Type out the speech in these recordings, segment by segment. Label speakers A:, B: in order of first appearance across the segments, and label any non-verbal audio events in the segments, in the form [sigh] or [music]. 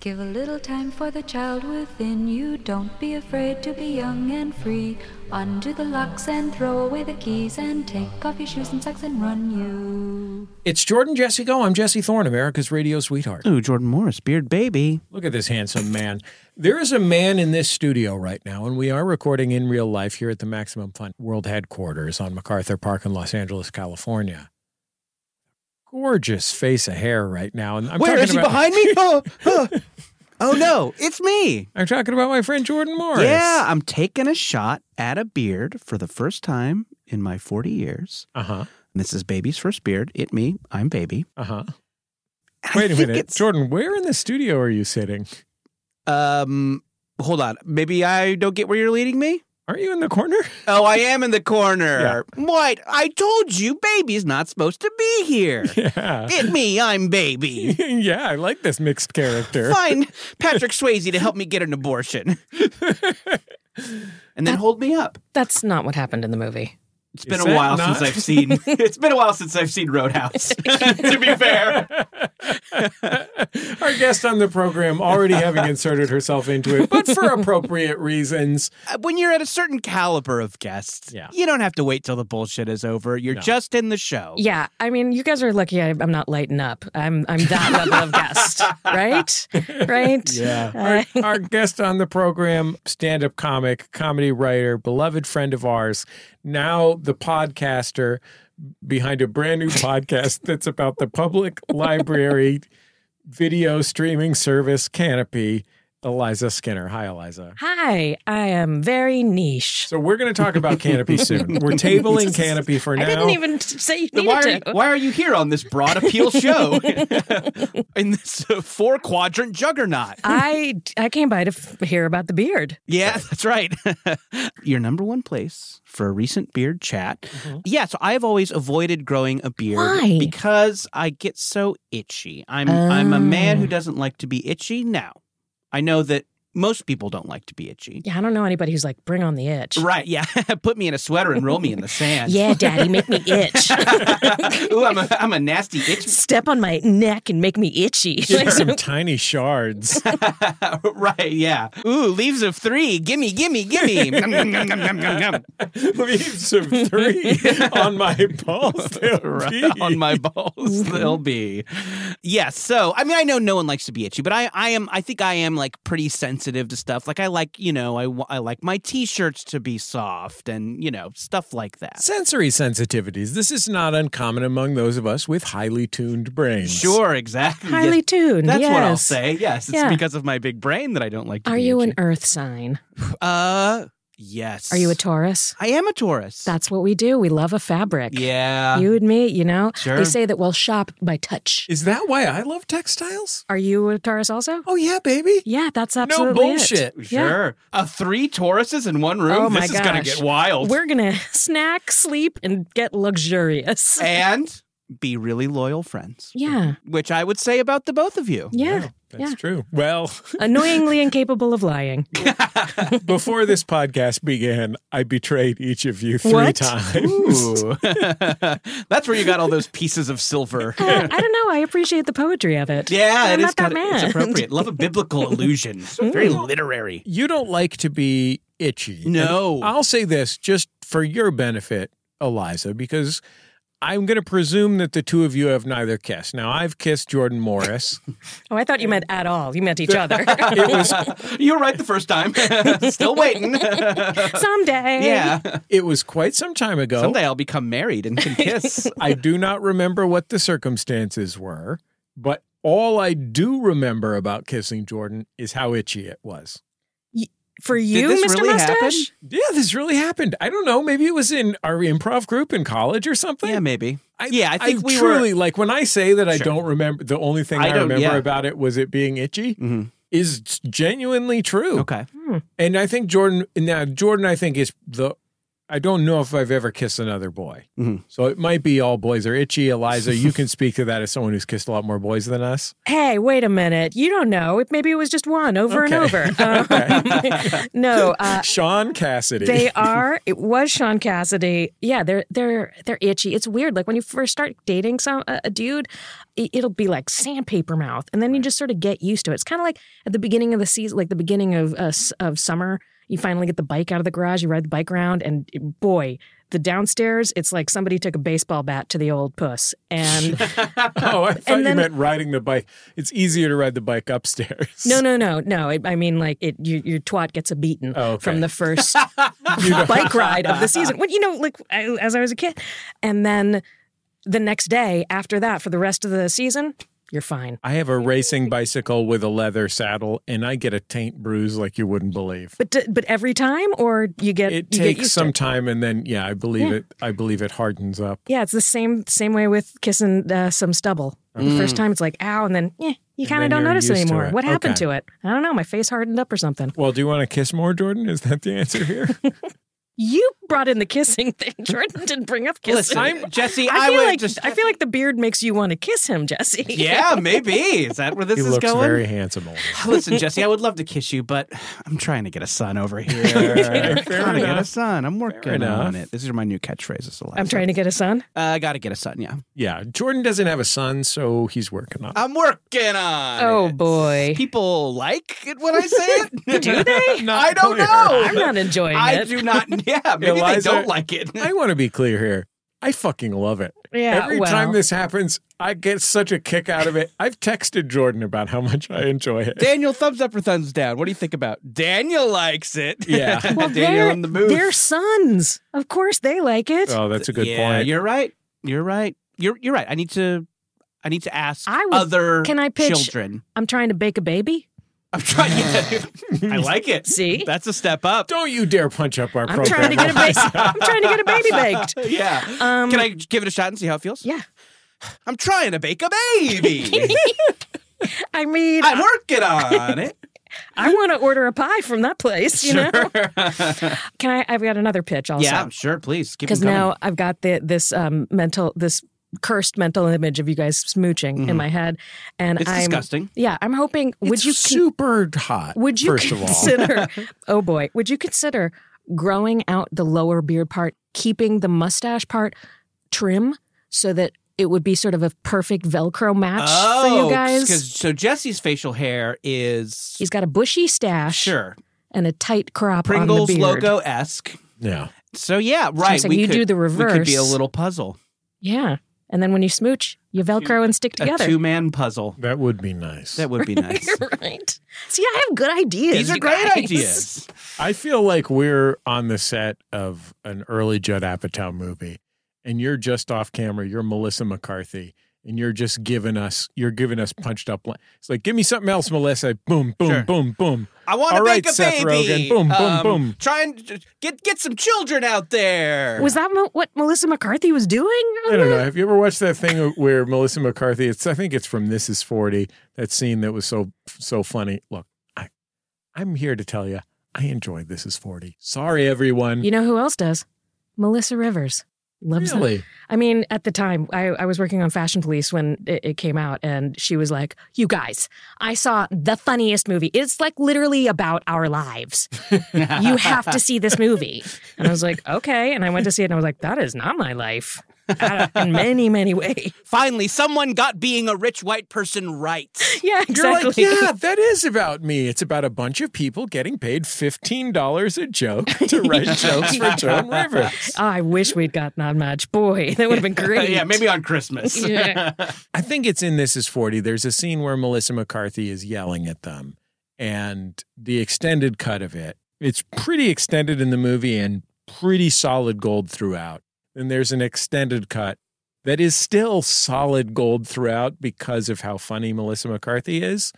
A: Give a little time for the child within you. Don't be afraid to be young and free. Undo the locks and throw away the keys and take off your shoes and socks and run you.
B: It's Jordan Jesse Go. I'm Jesse Thorne, America's radio sweetheart.
C: Ooh, Jordan Morris, beard baby.
B: Look at this handsome man. There is a man in this studio right now, and we are recording in real life here at the Maximum Fun World headquarters on MacArthur Park in Los Angeles, California. Gorgeous face of hair right now, and I'm
C: Where
B: talking
C: is he
B: about, [laughs]
C: behind me? Oh, oh. Oh, no, it's me.
B: I'm talking about my friend Jordan Morris.
C: Yeah, I'm taking a shot at a beard for the first time in my 40 years.
B: Uh huh.
C: This is baby's first beard. It me. I'm baby.
B: Uh huh.
C: And I
B: Wait a
C: think
B: minute,
C: it's-
B: Jordan. Where in the studio are you sitting?
C: Um, hold on. Maybe I don't get where you're leading me.
B: Aren't you in the corner? [laughs]
C: Oh, I am in the corner. What? I told you, baby's not supposed to be here.
B: [laughs] Yeah.
C: It me.
B: [laughs]
C: I'm baby.
B: yeah, I like this mixed character.
C: Find Patrick Swayze to help me get an abortion, and then hold me up.
D: That's not what happened in the movie.
C: It's
B: Is
C: been
B: that
C: a while
B: not-
C: since
B: [laughs]
C: I've seen. it's been a while since I've seen Roadhouse. to be fair,
B: Our guest on the program already
D: [laughs]
B: having inserted herself into it, but for appropriate reasons.
C: Uh, when you're at a certain caliber of guests,
B: Yeah.
C: you don't have to wait till the bullshit is over. You're just in the show.
D: Yeah, I mean, you guys are lucky. I, I'm not lighting up. I'm I'm
C: [laughs]
D: that level of guest, right? Right? Uh,
B: Yeah. Our, our guest on the program, stand up comic, comedy writer, beloved friend of ours, now the podcaster behind a brand new podcast [laughs] that's about the public library video streaming service Canopy, Eliza Skinner. Hi, Eliza.
D: Hi, I am very niche.
B: So we're going to talk about Canopy soon.
D: [laughs]
B: We're tabling Canopy for now.
D: I didn't even t- say you
C: Then why,
D: needed
C: are,
D: to.
C: why are you here on this
B: [laughs]
C: broad appeal show in this uh, four quadrant juggernaut?
D: I I came by to f- hear about the beard.
C: Yeah, [laughs] that's right. Your number one place for a recent beard chat. Yeah, so I've always avoided growing a beard
D: Why?
C: because I get so itchy. I'm I'm a man who
D: Oh.
C: doesn't like to be itchy now. I know that most people don't like to be itchy.
D: Yeah, I don't know anybody who's like, bring on the itch.
C: Right, yeah. [laughs] Put me in a sweater and roll me in the sand.
D: Yeah, daddy, make me itch.
C: [laughs] Ooh, I'm a, I'm a nasty itch. [laughs]
D: Step on my neck and make me itchy.
B: Just some tiny shards.
C: right, yeah. Ooh, leaves of three. Gimme, gimme, gimme. [laughs] Nom, nom, nom, nom, nom, nom, nom.
B: [laughs] leaves of
C: [laughs]
B: three on my balls. they'll be. Mm-hmm.
C: Right [laughs] on my balls they'll be yeah so i mean i know no one likes to be itchy but i i am i think i am like pretty sensitive to stuff like i like you know i, wa- I like my t-shirts to be soft and you know stuff like that
B: Sensory sensitivities. This is not uncommon among those of us with highly tuned brains.
C: [laughs] sure exactly Yeah,
D: Highly tuned.
C: that's what i'll
D: yes.
C: say yes it's
D: Yeah.
C: because of my big brain that i don't like to
D: Are
C: be
D: you an
C: itchy.
D: earth sign?
C: uh yes
D: Are you a Taurus?
C: i am a taurus
D: That's what we do. We love a fabric.
C: yeah
D: You and me, you know?
C: Sure.
D: They say that we'll shop by touch.
B: Is that why I love textiles?
D: Are you a Taurus also?
B: Oh yeah, baby.
D: Yeah, that's
B: no
D: absolutely it.
B: bullshit.
D: Yeah.
C: Sure. A three Tauruses in one room?
D: Oh my
C: this is going to
D: gosh.
C: get wild.
D: We're going to [laughs] snack, sleep, and get luxurious.
C: and be really loyal friends.
D: Yeah,
C: which I would say about the both of you.
D: yeah.
B: That's
D: Yeah.
B: true. Well, [laughs]
D: Annoyingly
C: [laughs]
D: incapable of lying.
B: before this podcast began, I betrayed each of you three
D: What?
B: times.
C: Ooh. [laughs] That's where you got all those pieces of silver.
D: Uh, I don't know. I appreciate the poetry of it.
C: Yeah, it
D: I'm
C: is
D: not that
C: kind of it's
D: mad.
C: appropriate. Love a biblical allusion. Very literary.
B: You don't like to be itchy.
C: No.
B: And I'll say this just for your benefit, Eliza, because I'm going to presume that the two of you have neither kissed. Now, I've kissed Jordan
C: [laughs]
B: Morris.
D: [laughs] Oh, I thought you meant at all. You meant each other.
B: It was
C: [laughs] you were right the first time. Still waiting.
D: Someday.
C: yeah.
B: it was quite some time ago.
C: Someday I'll become married and can kiss.
B: I do not remember what the circumstances were, but all I do remember about kissing Jordan is how itchy it was.
D: For you,
C: this
D: Mr.
C: really
D: Mustache?
C: happen?
B: Yeah, this really happened. I don't know. Maybe it was in our improv group in college or something.
C: Yeah, maybe.
B: I,
C: yeah, I think we were.
B: truly like when I say that I
C: Sure.
B: don't remember. The only thing
C: I
B: I,
C: don't-
B: remember
C: yeah.
B: about it was it being itchy.
C: Mhm.
B: Is genuinely true.
C: Okay.
B: And I think Jordan now Jordan I think is the I don't know if I've ever kissed another boy.
C: Mhm.
B: So it might be all boys are itchy. Eliza, you can speak to that as someone who's kissed a lot more boys than us.
D: Hey, wait a minute. You don't know. It- Maybe it was just one over and over.
C: [laughs]
D: Um, [laughs] no, uh,
B: Sean Cassidy.
D: they are. It was Sean Cassidy. Yeah, they're they're they're itchy. It's weird. Like when you first start dating some a, a dude, i- it'll be like sandpaper mouth, and then you just sort of get used to it. It's kind of like at the beginning of the season, like the beginning of uh, s- of summer. You finally get the bike out of the garage. You ride the bike around, and boy. The downstairs, it's like somebody took a baseball bat to the old puss, and
B: [laughs] oh, I thought you
D: then-
B: meant riding the bike. It's easier to ride the bike upstairs.
D: No, no, no, no. I, I mean, like it. Your, your twat gets a beaten
B: Oh, okay.
D: from
B: [laughs]
D: the first bike ride of the season. When you know, like I, as I was a kid, and then the next day after that, for the rest of the season, you're fine.
B: I have a racing bicycle with a leather saddle, and I get a taint bruise like you wouldn't believe.
D: But d- but every time, or you get
B: It
D: you get
B: takes
D: used
B: some
D: To it.
B: time, and then yeah, I believe
D: Yeah.
B: it. I believe it hardens up.
D: Yeah, it's the same same way with kissing uh, some stubble. The first time, it's like ow, and then yeah, you kind of
B: Mm. then
D: don't
B: you're
D: notice it
B: used to
D: anymore.
B: it.
D: What happened
B: Okay.
D: to it? I don't know. My face hardened up or something.
B: Well, do you want to kiss more, Jordan? Is that the answer
D: [laughs]
B: here?
D: You brought in the kissing [laughs] thing. Jordan didn't bring up kissing.
C: Listen, Jesse, I,
D: I feel
C: would
D: like
C: just.
D: I feel like the beard makes you want to kiss him, Jesse.
C: [laughs] yeah, maybe. Is that where this
B: he
C: is
B: looks
C: going?
B: very handsome. Ollie.
C: [laughs] Listen, Jesse, I would love to kiss you, but I'm trying to get a son over here.
B: Yeah,
C: I'm
B: fair
C: trying to get a
B: enough.
C: son. I'm working
B: enough.
C: on it. These are my new catchphrases. Eliza.
D: [laughs] I'm trying to get a son.
C: Uh, I got to get a son. Yeah,
B: Yeah, Jordan doesn't have a son, so he's working on. it.
C: I'm working on.
D: Oh,
C: it.
D: boy.
C: people like it when I say it.
D: [laughs] Do
C: [laughs]
D: they?
B: Not
C: I don't
B: clear.
C: know.
D: I'm not enjoying
C: Oh. [laughs] I
D: it. [laughs]
C: do not. Yeah, maybe
B: Eliza-
C: they don't like it.
B: I want to be clear here. I fucking love it.
D: Yeah,
B: Every
D: well.
B: time this happens, I get such a kick out of it. I've texted Jordan about how much I enjoy it.
C: [laughs] Daniel, thumbs up or thumbs down? What do you think about? Daniel likes it. [laughs]
B: Yeah.
D: Well,
C: Daniel
D: they're,
C: in the booth.
D: they're sons. Of course, they like it.
B: Oh, that's a good
C: yeah,
B: point.
C: You're right. You're right. You're you're right. I need to I need to ask
D: I would-
C: other
D: can I pitch-
C: children.
D: I'm trying to bake a baby.
C: I'm trying
D: [laughs]
C: to I like it.
D: See?
C: That's a step up.
B: Don't you dare punch up our
D: I'm
B: program.
D: trying to get a baby. [laughs] I'm trying to get a baby baked.
C: yeah.
D: Um,
C: can I give it a shot and see how it feels?
D: Yeah.
C: I'm trying to bake a
D: [laughs]
C: baby.
D: I mean,
C: I'm working on it.
D: I want to order a pie from that place. You know? [laughs] Can I? I've got another pitch also.
C: yeah, sure. Please keep it
D: because
C: coming.
D: now I've got the, this um, mental, this cursed mental image of you guys smooching in my head, and
C: Mm-hmm. It's
D: I'm
C: disgusting.
D: Yeah, I'm hoping. would
B: It's
D: you con-
B: super hot?
D: would you
B: first of all?
C: [laughs]
D: consider? oh boy, would you consider growing out the lower beard part, keeping the mustache part trim, so that it would be sort of a perfect Velcro match for you
C: Oh, Cause,
D: guys?
C: so Jesse's facial hair is
D: He's got a bushy stash
C: sure
D: and a tight crop on
C: Pringles
D: the beard.
C: logo esque.
B: Yeah.
C: So yeah, right.
D: saying
C: we
D: you
C: could,
D: do the
C: We could be a
D: reverse.
C: little puzzle,
D: Yeah, and then when you smooch, you Velcro and stick together. [laughs]
C: a [laughs] two man puzzle.
B: That would be nice.
C: That would be nice.
D: right. See, I have good ideas.
C: These are
D: you
C: great
D: guys.
C: ideas.
B: I feel like we're on the set of an early Judd Apatow movie, and you're just off camera. You're Melissa McCarthy, and you're just giving us you're giving us punched up. Li- it's like, give me something else, Melissa. Boom, boom,
C: Sure.
B: boom, boom.
C: I want to
B: All right,
C: make a
B: Seth
C: baby. Um,
B: Rogen. Boom, boom, boom.
C: Try and j- get get some children out there. [laughs]
D: Was that mo- what Melissa McCarthy was doing?
B: I don't know. Have you ever watched that thing where Melissa McCarthy? It's I think it's from This Is Forty. That scene that was so so funny. Look, I I'm here to tell you, I enjoyed This Is Forty. Sorry, everyone.
D: You know who else does? Melissa Rivers loves them.
B: really?
D: I mean, at the time, I, I was working on Fashion Police when it, it came out, and she was like, You guys, I saw the funniest movie. It's like literally about our lives. you have to see this movie. And I was like, Okay. And I went to see it, and I was like, That is not my life Uh, in many, many ways.
C: Finally, someone got being a rich white person
D: [gasps]
C: right.
D: Yeah, [laughs] exactly.
B: You're like, yeah, that is about me. It's about a bunch of people getting paid fifteen dollars a joke to write jokes for Joan Rivers.
D: Oh, I wish we'd gotten on match. Boy, that would have been great.
C: yeah, maybe on Christmas.
D: [laughs] Yeah.
B: I think it's in This Is Forty. There's a scene where Melissa McCarthy is yelling at them, and the extended cut of it. It's pretty extended in the movie and pretty solid gold throughout. Then there's an extended cut that is still solid gold throughout because of how funny Melissa McCarthy is.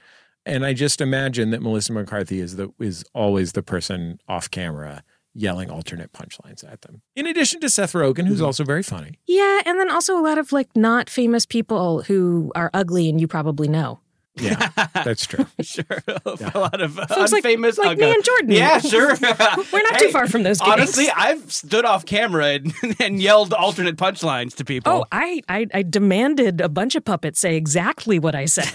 B: And I just imagine that Melissa McCarthy is the is always the person off camera yelling alternate punchlines at them. In addition to Seth Rogen, who's also very funny.
D: Yeah, and then also a lot of like not famous people who are ugly and you probably know.
B: Yeah, that's true.
C: [laughs] sure. [laughs] A lot of uh,
D: Folks like-
C: unfamous
D: like me
C: Ugga.
D: and Jordan. [laughs]
C: Yeah, sure. [laughs]
D: We're not too far from those gigs.
C: Honestly, I've stood off camera and, [laughs] and yelled alternate punchlines to people.
D: Oh, I, I I demanded a bunch of puppets say exactly what
C: [laughs]
D: I said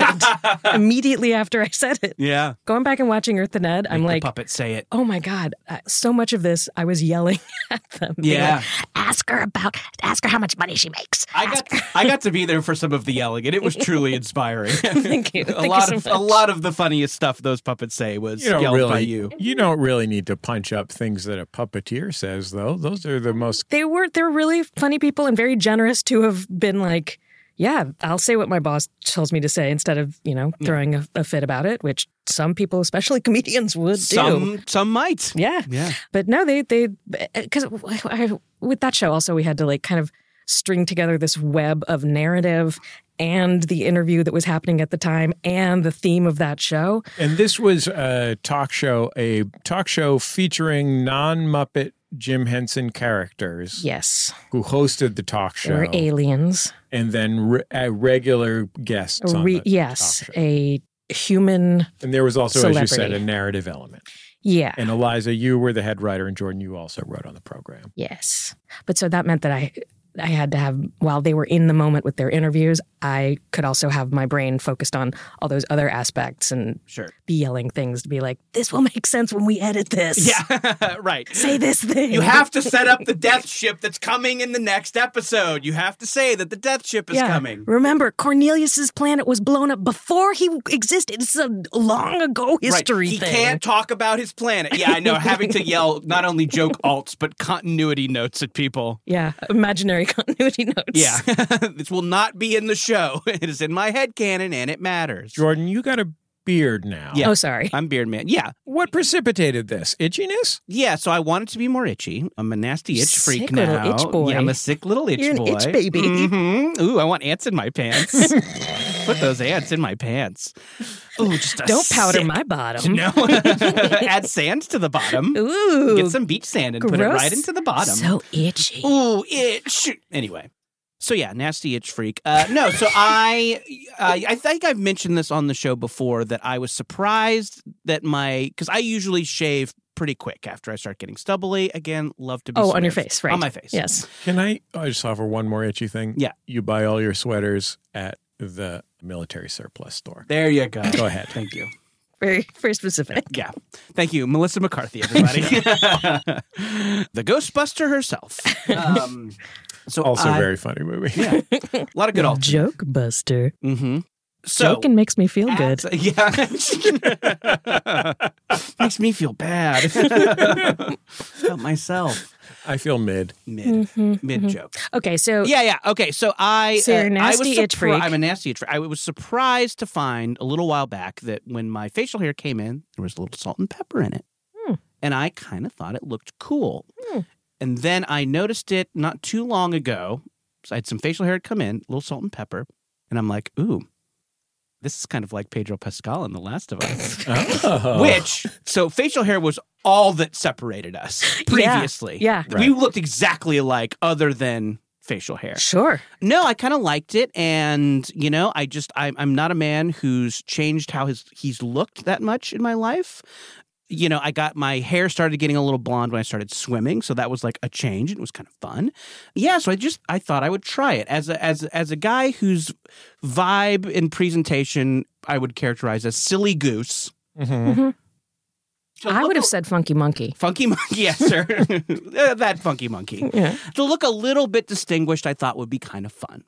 D: immediately after I said it.
C: yeah.
D: Going back and watching Earth and Ed, I'm like,
C: the puppet say it.
D: oh my god, uh, so much of this I was yelling [laughs] at them. being
C: Yeah.
D: like, ask her about, ask her how much money she makes. [laughs]
C: I got I got to be there for some of the yelling, and it was truly inspiring. [laughs]
D: Thank you.
C: a
D: Thank
C: lot
D: you so
C: of
D: much.
C: a lot of the funniest stuff those puppets say was
B: You don't
C: yelled
B: really
C: by you.
B: don't really need to punch up things that a puppeteer says though. Those are the most
D: They were they were really funny people and very generous to have been like, yeah, I'll say what my boss tells me to say instead of you know throwing a, a fit about it, which some people, especially [laughs] comedians, would do.
C: Some some might.
D: Yeah,
C: Yeah.
D: But no, they they because with that show also we had to like kind of string together this web of narrative and the interview that was happening at the time and the theme of that show.
B: And this was a talk show, a talk show featuring non-Muppet Jim Henson characters
D: Yes,
B: who hosted the talk
D: they
B: show
D: were aliens.
B: and then re- uh, regular guests
D: A
B: on
D: re-
B: the
D: yes,
B: talk show.
D: a human.
B: And there was also as you said a
D: celebrity.
B: narrative element.
D: Yeah.
B: And Eliza, you were the head writer and Jordan you also wrote on the program.
D: Yes. But so that meant that I I had to have while they were in the moment with their interviews, I could also have my brain focused on all those other aspects and
C: Sure.
D: be yelling things to be like, this will make sense when we edit this.
C: Yeah. [laughs] right.
D: Say this thing.
C: You have to set up the death ship that's coming in the next episode. You have to say that the death ship is coming.
D: Remember, Cornelius's planet was blown up before he existed. It's a long ago history
C: He
D: thing.
C: can't talk about his planet. Yeah, I know. Having to yell not only joke
D: [laughs]
C: alts but continuity notes at people.
D: Yeah, imaginary [laughs] continuity notes.
C: Yeah, [laughs] this will not be in the show. [laughs] It is in my head canon, and it matters.
B: Jordan, you got a beard now.
C: Yeah.
D: Oh, sorry.
C: I'm Beard Man. Yeah,
B: What precipitated this? Itchiness?
C: yeah. So I want it to be more itchy. I'm a nasty itch
D: Sick
C: freak
D: little
C: now.
D: itch boy.
C: Yeah, I'm a sick little itch
D: You're an
C: boy.
D: itch baby.
C: Mhm. Ooh, I want ants in my
D: [laughs]
C: pants. Put those ants in my pants. Ooh, just a
D: Don't powder
C: sick-
D: my
C: [laughs]
D: bottom.
C: No, add sand to the bottom.
D: Ooh.
C: Get some beach sand and put it
D: gross.
C: right into the bottom.
D: So itchy.
C: Ooh, itch. Anyway. So yeah, nasty itch freak. Uh, no,
D: [laughs]
C: so I, I, I think I've mentioned this on the show before that I was surprised that my because I usually shave pretty quick after I start getting stubbly. Again, love to be
D: Oh, on your
C: swift.
D: face, right?
C: on my face.
D: Yes.
B: Can I I just offer one more itchy thing?
C: Yeah.
B: You buy all your sweaters at the military surplus store.
C: there you go.
B: Go ahead.
C: Thank you.
D: Very, [laughs] very specific.
C: Yeah, thank you, Melissa McCarthy, [laughs] everybody, the Ghostbuster [laughs] herself. Um, so
B: Also
C: I-
B: very funny movie.
C: yeah, a lot of good alternates.
D: Joke buster.
C: Mm-hmm. So
D: Joking makes me feel good. [laughs]
C: Abs- Yeah. [laughs] Makes me feel bad [laughs] about myself.
B: I feel
C: [laughs]
B: mid.
C: Mid
D: Mm-hmm.
C: mid joke.
D: Okay, so
C: Yeah, yeah. Okay, so I
D: Oh.
C: uh,
D: So you're a
C: I was
D: nasty itch
C: surpri-
D: freak.
C: I'm a nasty itch freak. I was surprised to find a little while back that when my facial hair came in, there was a little salt and pepper in it.
D: Hmm.
C: And I kind of thought it looked cool. And then I noticed it not too long ago. So I had some facial hair come in, a little salt and pepper, and I'm like, "Ooh, this is kind of like Pedro Pascal in The Last of Us."
D: [laughs]
B: Oh.
C: Which so facial hair was all that separated
D: [laughs]
C: us previously.
D: yeah.
C: We looked exactly alike other than facial hair.
D: sure.
C: No, I kind of liked it and you know, I just I I'm not a man who's changed how his he's looked that much in my life. You know, I got my hair started getting a little blonde when I started swimming, so that was like a change. It was kind of fun. Yeah, so I just I thought I would try it as a as as a guy whose vibe and presentation I would characterize as silly goose.
B: Mhm.
C: To
D: I
C: look
D: would
C: a-
D: have said funky monkey.
C: Funky monkey, [laughs] yes, sir. Uh, that funky monkey.
D: Yeah.
C: To look a little bit distinguished, I thought would be kind of fun.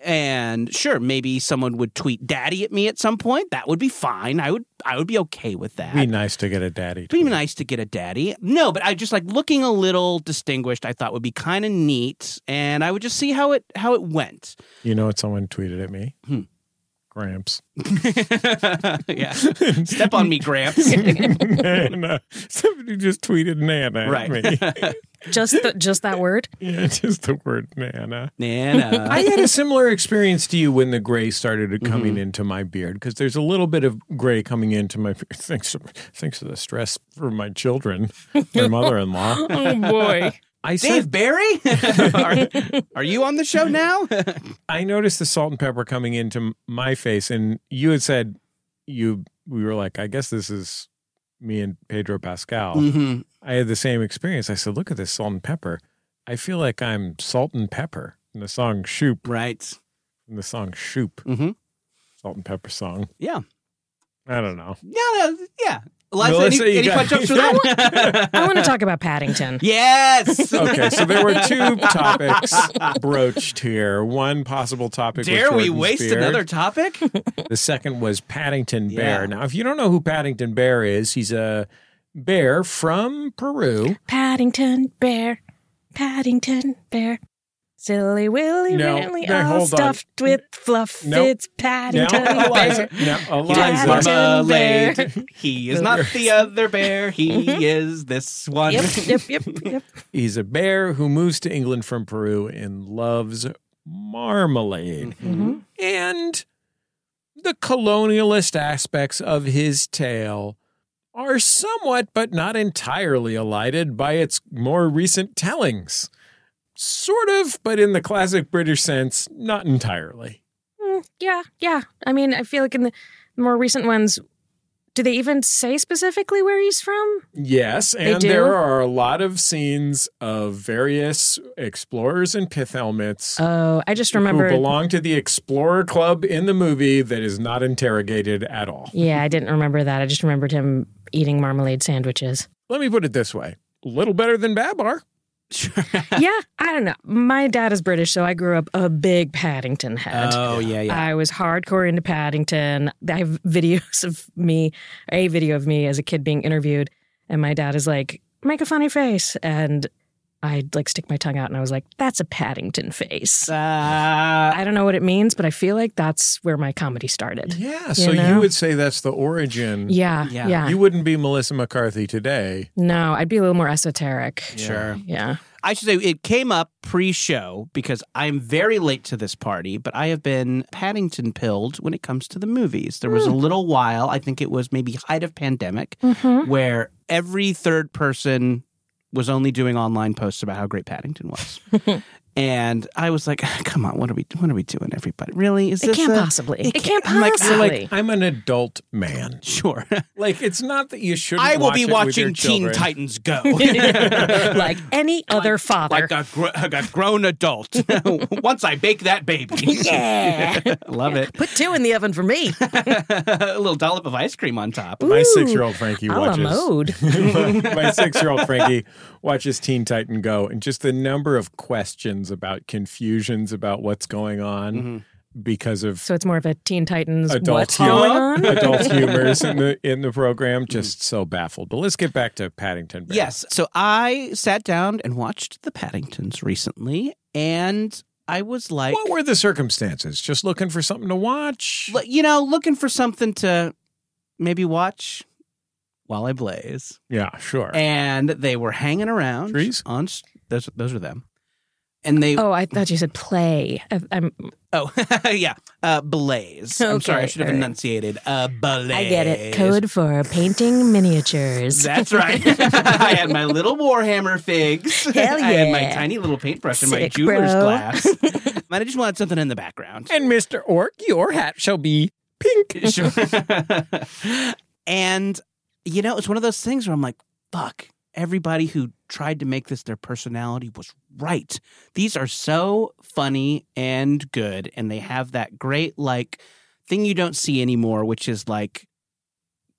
C: And sure, maybe someone would tweet "daddy" at me at some point. That would be fine. I would, I would be okay with that.
B: Be nice to get a daddy.
C: It'd
B: tweet.
C: be nice to get a daddy. No, but I just like looking a little distinguished. I thought would be kind of neat, and I would just see how it how it went. [laughs]
B: You know what someone tweeted at me?
C: Hmm. [laughs]
B: Gramps.
C: yeah, step on me, Gramps.
B: and, uh, [laughs] somebody just tweeted Nana
C: Right.
B: at
C: [laughs]
B: me.
D: Just the, just that word.
B: yeah, just the word Nana.
C: Nana.
B: I had a similar experience to you when the gray started coming into my beard because there's a little bit of gray coming into my beard [laughs] thanks to, thanks to the stress for my children, my mother in law.
D: [laughs] Oh boy.
B: I
C: Dave
B: said
C: Barry? [laughs] are, are you on the show now?
B: I noticed the salt and pepper coming into m- my face, and you had said you we were like, I guess this is me and Pedro Pascal.
C: mm-hmm.
B: I had the same experience. I said, look at this salt and pepper. I feel like I'm salt and pepper in the song Shoop,
C: Right.
B: in the song Shoop,
C: Mm-hmm.
B: salt and pepper song.
C: Yeah.
B: I don't know.
C: Yeah. no, Yeah. Eliza,
B: Melissa,
C: any,
B: you
C: any
B: got- [laughs]
C: punch ups for that?
D: I want to talk about Paddington.
C: [laughs]
B: [laughs]
C: yes. [laughs]
B: Okay, so there were two topics broached here. One possible topic. was
C: Dare we
B: Jordan's
C: waste
B: beard.
C: another
D: [laughs]
C: topic?
B: The second was Paddington
C: Yeah.
B: Bear. Now, if you don't know who Paddington Bear is, he's a bear from Peru.
D: [laughs] Paddington Bear, Paddington Bear. Silly Willy
B: No,
D: Willy,
B: no,
D: all
B: hold on.
D: stuffed with fluff.
B: No.
D: It's
B: Now,
D: Paddington
B: Eliza.
C: [laughs]
D: Bear.
B: Now,
D: Paddington
B: Eliza.
D: Bear.
C: Marmalade. He is not the other bear.
D: [laughs]
C: He is this one.
D: [laughs] Yep, yep, yep, yep. [laughs]
B: He's a bear who moves to England from Peru and loves
C: Mm-hmm.
B: marmalade
D: Mhm.
B: and the colonialist aspects of his tale are somewhat but not entirely elided by its more recent tellings. Sort of, but in the classic British sense, not entirely.
D: Mm, yeah, yeah. I mean, I feel like in the more recent ones, do they even say specifically where he's from?
B: Yes, and
D: do?
B: there are a lot of scenes of various explorers in pith helmets
D: Oh, I just
B: who
D: remember.
B: belong to the Explorer Club in the movie that is not interrogated at all.
D: Yeah, I didn't remember that. I just remembered him eating
C: [laughs]
D: marmalade sandwiches.
B: Let me put it this way. A little better than Babar.
C: Sure.
D: yeah, I don't know. My dad is British, so I grew up a big Paddington head.
C: [laughs]
D: [laughs]
C: Oh, yeah, yeah.
D: I was hardcore into Paddington. I have [laughs] videos of me, a video of me as a kid being interviewed, and my dad is like, "Make a funny face," and I'd like stick my tongue out, and I was like, "That's a Paddington face."
C: Uh,
D: I don't know what it means, but I feel like that's where my comedy started.
B: Yeah, so you
D: know?
B: would say that's the origin.
D: Yeah,
C: Mm-hmm. Yeah.
D: yeah.
B: You wouldn't be Melissa McCarthy today.
D: No, I'd be a little more esoteric.
C: Sure.
D: Yeah.
C: I should say it came up pre show because I'm very late to this party, but I have been Paddington pilled when it comes to the movies. There
D: Hmm.
C: was a little while, I think it was maybe height of pandemic,
D: Mhm.
C: where every third person was only doing online posts about how great Paddington
D: [laughs]
C: was. and I was like, [laughs] come on, what are we what are we doing, everybody? Really? Is
D: It
C: this
D: can't
C: a-
D: possibly. It,
C: can't-
D: can't,
C: I'm like-
D: possibly.
C: I'm like,
D: [laughs]
B: I'm an adult man.
C: [laughs] Sure.
B: Like it's not that you shouldn't.
C: I will
B: watch
C: be
B: it with your
C: watching Teen
B: children.
C: Titans Go.
D: [laughs]
C: [laughs]
D: like any other father.
C: like a, gr- like a grown adult. [laughs] Once I bake that baby.
D: [laughs] yeah.
C: [laughs] Love it.
D: Put two in the oven for me.
C: a little dollop of ice cream on top.
B: My
D: Ooh,
B: six-year-old Frankie
D: A la
B: watches.
D: mode.
B: [laughs]
D: [laughs]
B: my six-year-old Frankie watches Teen Titan Go, and just the number of questions about confusions about what's going on
C: Mm-hmm.
B: because of
D: [laughs] So it's more of a Teen Titans.
B: Adult
D: what's
B: humor.
D: going
C: [laughs]
D: on? [laughs]
B: adult humors in the in the program. Just so baffled. But let's get back to Paddington Bear.
C: Mm-hmm. Yes. So I sat down and watched The Paddingtons recently, and I was like,
B: What were the circumstances? Just looking for something to watch.
C: L- you know, looking for something to maybe watch while I blaze.
B: yeah, sure.
C: And they were hanging around
B: Trees?
C: on s- those. Those are them. And they
D: Oh, I thought you said play. I, I'm,
C: oh [laughs] yeah uh, blaze. I'm sorry, I
D: Okay,
C: should have
D: all right.
C: enunciated uh, blaze.
D: I get it. Code for painting
C: [laughs]
D: miniatures.
C: That's
D: [laughs]
C: right. I had my little Warhammer figs. [laughs]
D: Hell
C: I had my
D: yeah.
C: tiny little paintbrush and my
D: Sick,
C: jeweler's
D: bro. [laughs]
C: glass. and I just wanted something in the background.
B: And Mr. Orc, your hat shall be
D: [laughs]
B: pink. [laughs]
C: Sure. and, you know, it's one of those things where I'm like, fuck, everybody who tried to make this their personality was right. These are so funny and good. And they have that great, like, thing you don't see anymore, which is like,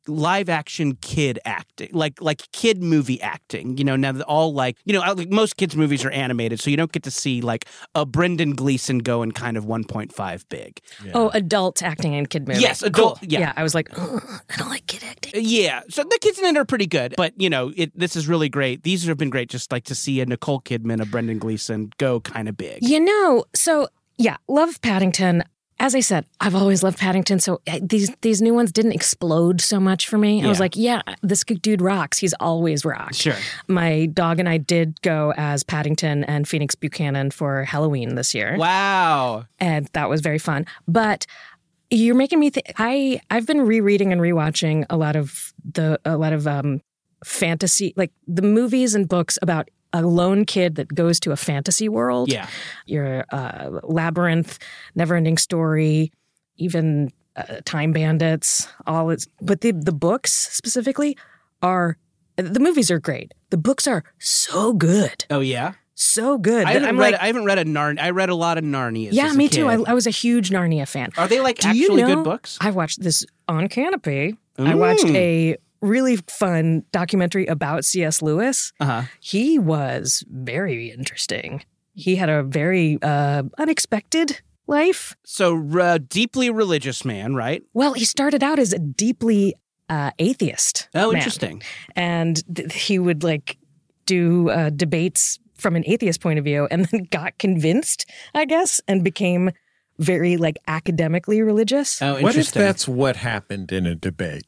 C: live action kid acting like like kid movie acting you know now that all like you know uh, like most kids movies are animated so you don't get to see like a brendan gleeson going kind of 1.5 big
D: Oh, adult acting in kid movies.
C: Yes, adult-
D: Cool.
C: yeah.
D: I was like, "Ugh, I don't like kid acting.
C: Yeah, so the kids in it are pretty good, but you know, it, this is really great. These have been great, just like to see a Nicole Kidman, a Brendan Gleeson go kind of big.
D: You know, so yeah, love Paddington. As I said, I've always loved Paddington, so uh, these these new ones didn't explode so much for me. I was
C: Yeah.
D: like, yeah, this dude rocks. He's always rocked.
C: Sure.
D: My dog and I did go as Paddington and Phoenix Buchanan for Halloween this year.
C: Wow.
D: and that was very fun. But you're making me think. I I've been rereading and rewatching a lot of the a lot of um fantasy like the movies and books about a lone kid that goes to a fantasy world.
C: Yeah.
D: Your uh, labyrinth, never ending story, even uh, time bandits, all it's but the the books specifically are the movies are great. The books are so good.
C: Oh yeah.
D: So good.
C: I
D: that
C: haven't
D: I'm
C: read.
D: like
C: I haven't read a Narn. I read a lot of Narnia.
D: yeah, me too. I, I was a huge Narnia fan.
C: Are they like
D: Do
C: actually
D: you know-
C: good books?
D: I watched this on Canopy. I watched
C: Mm.
D: a really fun documentary about C.S. Lewis.
C: Uh-huh.
D: He was very interesting. He had a very uh, unexpected life.
C: So uh, deeply religious man, right?
D: Well, he started out as a deeply uh, atheist.
C: Oh,
D: man.
C: interesting.
D: And th- he would like do uh, debates from an atheist point of view and [laughs] then got convinced, I guess, and became very like academically religious.
C: Oh, interesting.
B: What if that's what happened in a debate?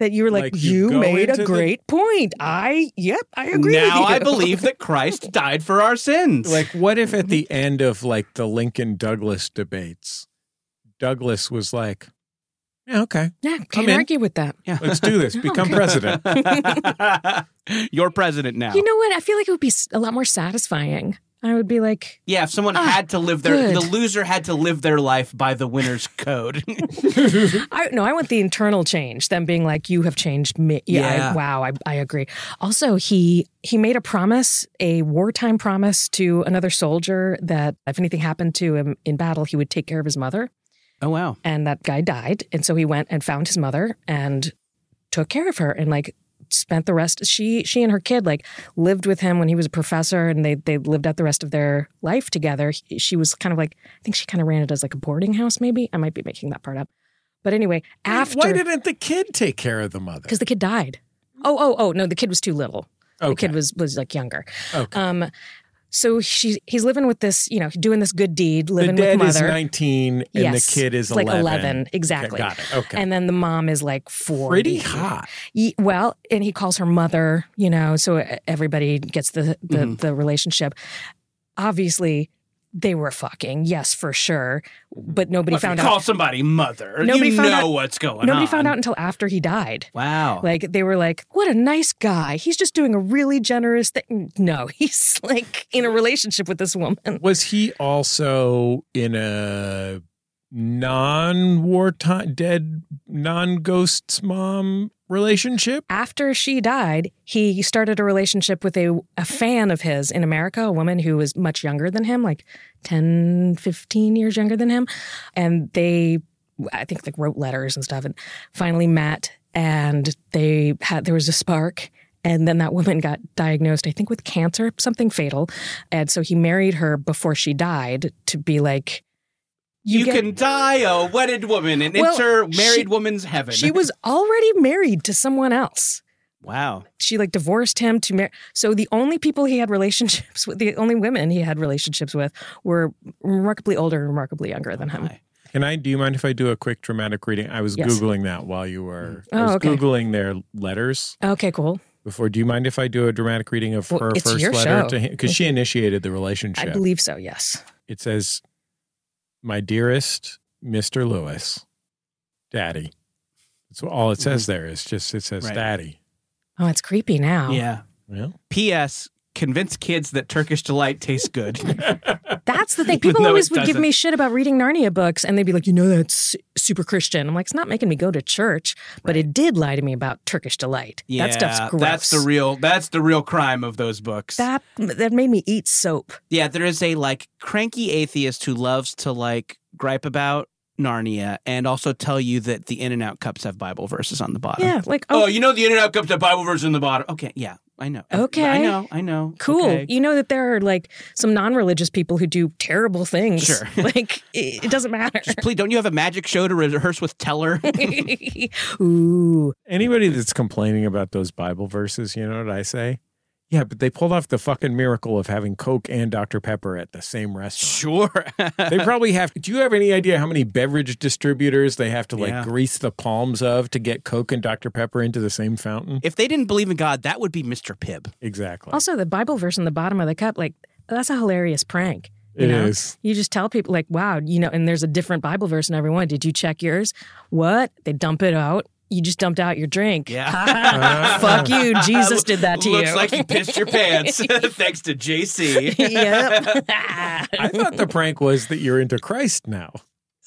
D: that you were like,
B: Like, you
D: you,
B: go
D: made
B: into
D: a
B: the-
D: great point. I, yep, I agree. with
C: now
D: you.
C: I believe that Christ died for our sins.
B: Like, what if at the end of like the Lincoln Douglas debates, Douglas was like, yeah, okay,
D: [laughs] Yeah, can't
B: in.
D: argue with that.
B: let's do
D: [laughs]
B: this, become
D: Okay.
B: president.
C: [laughs] You're president now.
D: You know what? I feel like it would be s- a lot more satisfying. I would be like,
C: yeah, if someone
D: Ah,
C: had to live their
D: good.
C: the loser had to live their life by the winner's code. [laughs]
D: I no, I want the internal change. Them being like, you have changed me. Yeah, I-
C: Yeah.
D: wow, I, I agree. Also, he he made a promise, a wartime promise to another soldier that if anything happened to him in battle, he would take care of his mother.
C: oh wow.
D: and that guy died and so he went and found his mother and took care of her and like spent the rest she she and her kid like lived with him when he was a professor and they they lived out the rest of their life together He- she was kind of like i think she kind of ran it as like a boarding house maybe i might be making that part up but anyway
B: Why
D: after
B: didn't the kid take care of the mother?
D: because the kid died oh oh oh no the kid was too little
B: Okay.
D: the kid was was like younger
B: okay.
D: um so she he's living with this you know doing this good deed
B: the
D: living
B: dad
D: with
B: is
D: mother
B: 19 and
D: Yes.
B: the kid is
D: It's like
B: 11.
D: 11, exactly.
B: Okay, got it. Okay.
D: and then the mom is like 40
B: Pretty hot.
D: Ye- Well, and he calls her mother, you know, so e, everybody gets the the,
B: Mm-hmm.
D: the relationship. Obviously, they were fucking, yes, for sure, but nobody
C: Well, if you
D: found
C: call
D: out.
C: somebody mother.
D: Nobody
C: you
D: found
C: know
D: out-
C: what's going on.
D: Nobody found out until after he died.
C: Wow.
D: Like they were like, "What a nice guy! He's just doing a really generous thing." No, [laughs] he's like in a relationship with this woman.
B: Was he also in a non wartime, dead, non ghosts mom relationship?
D: After she died, he started a relationship with a, a fan of his in America, a woman who was much younger than him, like 10, 15 years younger than him. And they, I think, like wrote letters and stuff and finally met. And they had, there was a spark. And then that woman got diagnosed, I think, with cancer, something fatal. And so he married her before she died to be like,
C: you
D: get-
C: can die a wedded woman and
D: Well,
C: enter married
D: she-
C: woman's heaven.
D: she was already married to someone else.
C: [laughs] wow.
D: she like divorced him to marry. So the only people he had relationships [laughs] with, the only women he had relationships with, were remarkably older and remarkably younger than him.
C: my.
B: Can I? Do you mind if I do a quick dramatic reading? I was
D: Yes.
B: googling that while you were. I
D: Oh,
B: was
D: okay.
B: googling their letters
D: Okay, cool.
B: before. Do you mind if I do a dramatic reading of
D: Well,
B: her
D: it's
B: first
D: your
B: letter
D: show.
B: to him? Because she initiated the
D: I
B: relationship.
D: believe so. Yes.
B: it says, "My dearest Mr. Lewis, Daddy." That's all it
D: Mm-hmm.
B: says there. It's just it says
C: Right.
B: Daddy.
D: Oh, it's creepy now.
C: Yeah.
B: Well,
C: P.S. Convince kids that Turkish delight tastes
D: [laughs]
C: good.
D: That's
C: [laughs]
D: the thing.
C: Even
D: People
C: though
D: always
C: it
D: would give me shit about reading Narnia books, and they'd be like, "You know, that's super Christian." I'm like, "It's not making me go to church, but it did lie to me about Turkish delight.
C: yeah,
D: that stuff's gross.
C: That's the real. That's the real crime of those books.
D: that that made me eat soap."
C: Yeah, there is a like cranky atheist who loves to like gripe about Narnia and also tell you that the In and Out cups have Bible verses on the bottom.
D: Yeah, like
C: Oh,
D: oh,
C: you know the In and Out cups have Bible verses on the bottom. Okay, yeah, I know.
D: Okay.
C: I know. I know.
D: cool.
C: Okay.
D: You know that there are like some non-religious people who do terrible things.
C: Sure.
D: [laughs] like it, it doesn't matter.
C: Just please, don't you have a magic show to rehearse with
D: [laughs]
C: Teller?
D: Ooh.
B: anybody that's complaining about those Bible verses, you know what I say? Yeah, but they pulled off the fucking miracle of having Coke and Dr. Pepper at the same restaurant.
C: sure. [laughs]
B: They probably have. Do you have any idea how many beverage distributors they have to like
C: Yeah.
B: grease the palms of to get Coke and Dr. Pepper into the same fountain?
C: if they didn't believe in God, that would be Mr. Pibb.
B: Exactly.
D: Also, the Bible verse on the bottom of the cup, like that's a hilarious prank. You
B: It
D: know?
B: is.
D: You just tell people, like, wow, you know, and there's a different Bible verse in every one. Did you check yours? What? They dump it out. you just dumped out your drink.
B: Uh,
C: Yeah.
D: [laughs] Fuck
C: [laughs]
D: you. [laughs] Jesus did that to
C: Looks
D: you. [laughs]
C: like you pissed your pants, [laughs] thanks to JC.
D: yep.
B: [laughs]
D: [laughs]
B: I thought the prank was that you're into Christ now.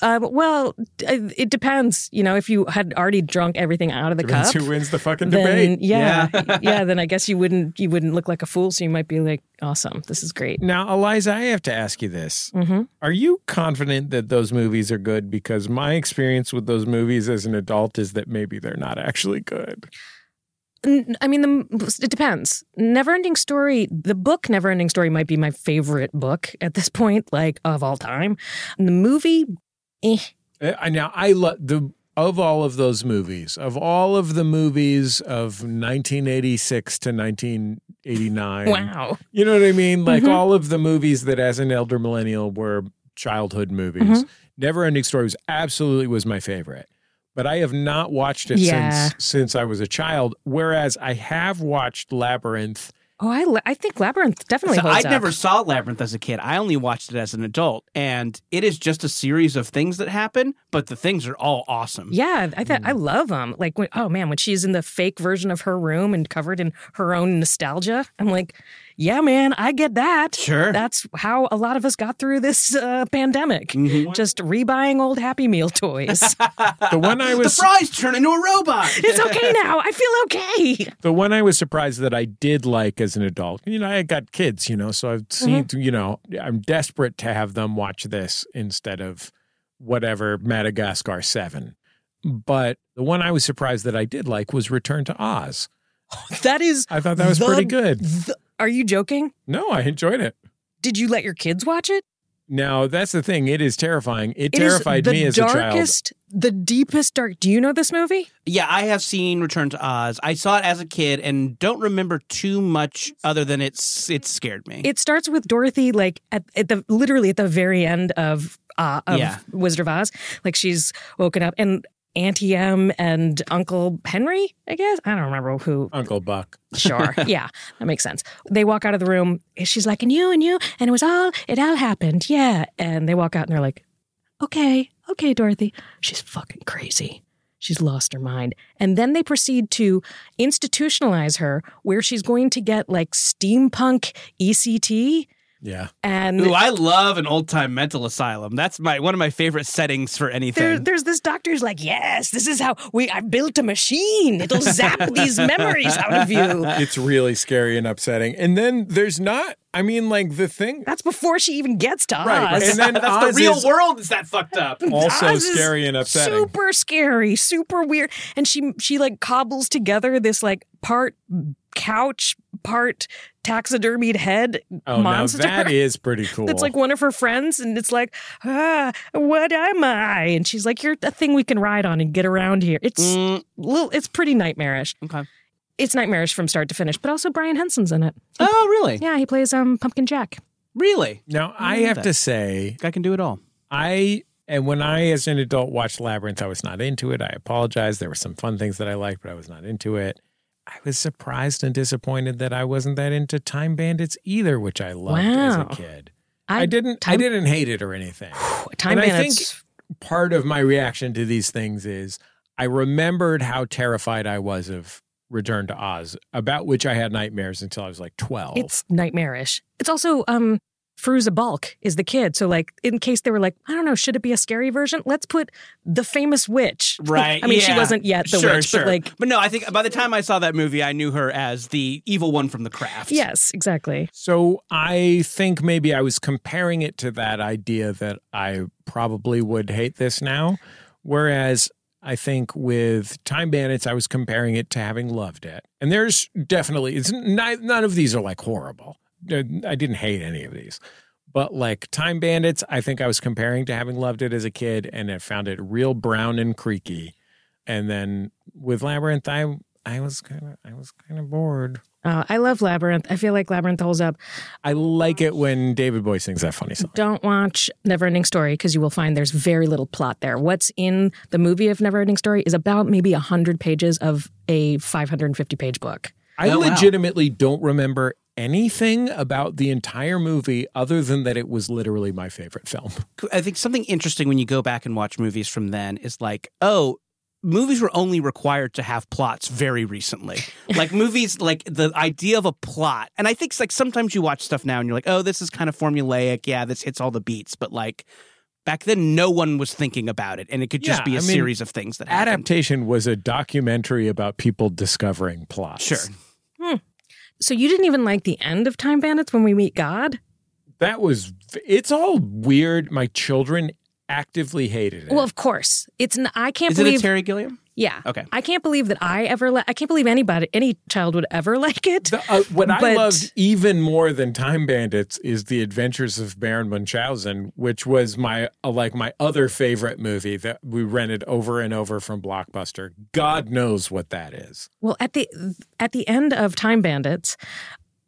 D: Um, well, d- it depends. You know, if you had already drunk everything out
B: [laughs]
D: of the
B: Depends
D: cup,
B: who wins the fucking
D: then
B: debate.
D: yeah, [laughs] yeah, then I guess you wouldn't you wouldn't look like a fool. So you might be like, awesome, this is great.
B: Now, Eliza, I have to ask you this.
D: hmm
B: Are you confident that those movies are good? Because my experience with those movies as an adult is that maybe they're not actually good.
D: N- I mean, the, it depends. Neverending Story, the book Neverending Story might be my favorite book at this point, like of all time. And the movie, eh.
B: Uh, I- Now, I love the of all of those movies, of all of the movies of 1986 to 1989.
D: wow.
B: You know what I mean? Like
D: Mhm.
B: all of the movies that, as an elder millennial, were childhood movies.
D: Mhm.
B: Never Ending Story was absolutely was my favorite, but I have not watched it
D: Yeah.
B: since since I was a child. Whereas I have watched Labyrinth.
D: Oh, I, li- I think Labyrinth definitely
C: So I
D: holds up.
C: never saw Labyrinth as a kid. I only watched it as an adult, and it is just a series of things that happen. But the things are all awesome.
D: Yeah, I thought I love them. Like, when, oh man, when she's in the fake version of her room and covered in her own nostalgia, I'm like, yeah, man, I get that.
C: Sure.
D: That's how a lot of us got through this uh, pandemic.
C: Mhm.
D: Just rebuying old Happy Meal toys.
B: The one
D: [laughs]
B: I
C: the
B: was
C: fries turn into a robot.
D: it's okay now. I feel okay.
B: the one I was surprised that I did like as an adult. You know, I got kids. You know, so I've seen.
D: Mm-hmm.
B: You know, I'm desperate to have them watch this instead of whatever Madagascar Seven. But the one I was surprised that I did like was Return to Oz.
D: That is.
B: I thought Oh, that was
D: the-
B: pretty good.
D: the- are you joking?
B: No, I enjoyed it.
D: Did you let your kids watch it?
B: Now that's the thing; it is terrifying. It,
D: is
B: terrified
D: the
B: me as
D: darkest, the deepest dark. Do you know this movie?
C: Yeah, I have seen Return to Oz. I saw it as a kid and don't remember too much other than it's it scared me.
D: it starts with Dorothy like at, at the literally at the very end of uh, of
C: Yeah.
D: Wizard of Oz. Like she's woken up and Auntie M and Uncle Henry, I guess. I don't remember who.
B: a child, Uncle Buck.
D: Sure. [laughs] yeah, that makes sense. They walk out of the room. and She's like, and you and you. And it was all, it all happened. Yeah. And they walk out and they're like, okay, okay, Dorothy. She's fucking crazy. She's lost her mind. And then they proceed to institutionalize her where she's going to get like steampunk E ECT.
B: Yeah,
D: And
C: Ooh, I love an old time mental asylum. That's my one of my favorite settings for
D: there,
C: anything.
D: there's this doctor who's like, yes, this is how we I built a machine. It'll zap these memories out of
B: [laughs] [laughs]
D: you.
B: it's really scary and upsetting. And then there's not. I mean, like the thing.
D: That's before she even gets to
B: Right,
D: Oz.
B: and then
C: [laughs] That's
B: Oz
C: the real
B: is
C: world. Is that fucked [laughs] up?
D: [laughs]
B: also
D: Oz is
B: scary and upsetting.
D: Super scary, super weird. And she she like cobbles together this like part couch, part taxidermied head
B: oh,
D: monster.
B: now that is pretty cool.
D: [laughs] that's like one of her friends, and it's like, ah, what am I? And she's like, you're a thing we can ride on and get around here. It's
C: Mm,
D: little, it's pretty nightmarish.
C: okay.
D: It's nightmarish from start to finish, but also Brian Henson's in it.
C: Oh, really?
D: Yeah, he plays um Pumpkin Jack.
C: Really?
B: now I
C: love
B: have
C: that.
B: to say,
C: I can do it all.
B: I and when I as an adult watched Labyrinth, I was not into it. I apologize. There were some fun things that I liked, but I was not into it. I was surprised and disappointed that I wasn't that into Time Bandits either, which I loved
D: Wow.
B: as a kid.
D: I-
B: I, didn't I
D: Time-
B: didn't hate it or anything.
D: Time
B: And I
D: Bandits.
B: Part of my reaction to these things is I remembered how terrified I was of Return to Oz, about which I had nightmares until I was like 12.
D: It's nightmarish. It's also um Fruza Balk is the kid. So like in case they were like, I don't know, should it be a scary version? Let's put the famous witch. [laughs]
C: Right,
D: I mean, she
C: yeah.
D: wasn't yet the
C: sure,
D: witch,
C: sure.
D: but like
C: no, I think by the time I saw that movie, I knew her as the evil one from The Craft.
D: yes, exactly.
B: So I think maybe I was comparing it to that idea that I probably would hate this now. Whereas I think with Time Bandits, I was comparing it to having loved it. And there's definitely, it's not, none of these are like horrible. I didn't hate any of these. But like Time Bandits, I think I was comparing to having loved it as a kid and I found it real brown and creaky. And then with Labyrinth, I I was kind of I was kind of bored.
D: Uh, I love Labyrinth. I feel like Labyrinth holds up.
B: I like it when David Boy sings that funny song.
D: Don't watch Neverending Story because you will find there's very little plot there. What's in the movie of Neverending Story is about maybe 100 pages of a 550 page book.
B: I
C: Oh, wow.
B: legitimately don't remember anything about the entire movie other than that it was literally my favorite film.
C: I think something interesting when you go back and watch movies from then is like, oh, movies were only required to have plots very
D: [laughs]
C: recently. Like movies, like the idea of a plot. And I think it's like sometimes you watch stuff now and you're like, oh, this is kind of formulaic. Yeah, this hits all the beats. But like back then, no one was thinking about it. And it could just
B: Yeah,
C: be a
B: I mean,
C: series of things that happened.
B: Adaptation was a documentary about people discovering plots.
C: Sure.
D: So you didn't even like the end of Time Bandits when we meet God?
B: That was, it's all weird. My children actively hated it.
D: Well, of course. It's n- I can't
C: Is it a
D: believe
C: Terry Gilliam?
D: Yeah.
C: Okay.
D: I can't believe that I ever li- I can't believe anybody any child would ever [laughs] like it.
B: The- uh, what I
D: But-
B: loved even more than Time Bandits is The Adventures of Baron Munchausen, which was my uh, like my other favorite movie that we rented over and over from Blockbuster. God knows what that is.
D: Well, at the at the end of Time Bandits,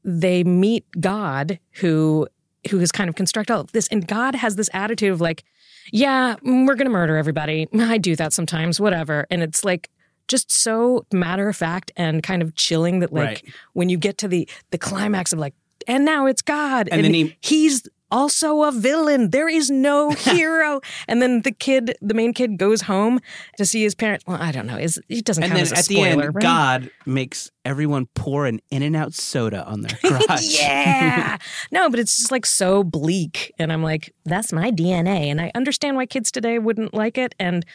D: they meet God who who has kind of constructed all of this and God has this attitude of like, yeah, mm, we're going to murder everybody. I do that sometimes, whatever. And it's like just so matter of fact and kind of chilling that like
C: Right.
D: when you get to the the climax of like and now it's God
C: And then he-
D: he's also a villain. There
C: [laughs]
D: is no hero. and then the kid, the main kid, goes home to see his parents. Well, I don't know. Is it doesn't
C: And
D: count
C: then
D: as a
C: at
D: spoiler,
C: the end,
D: right?
C: God makes everyone pour an in and out soda on
D: [laughs]
C: their
B: [laughs]
C: crotch.
D: yeah. No, but it's just like so bleak. And I'm like, that's my DNA. And I understand why kids today wouldn't like it. And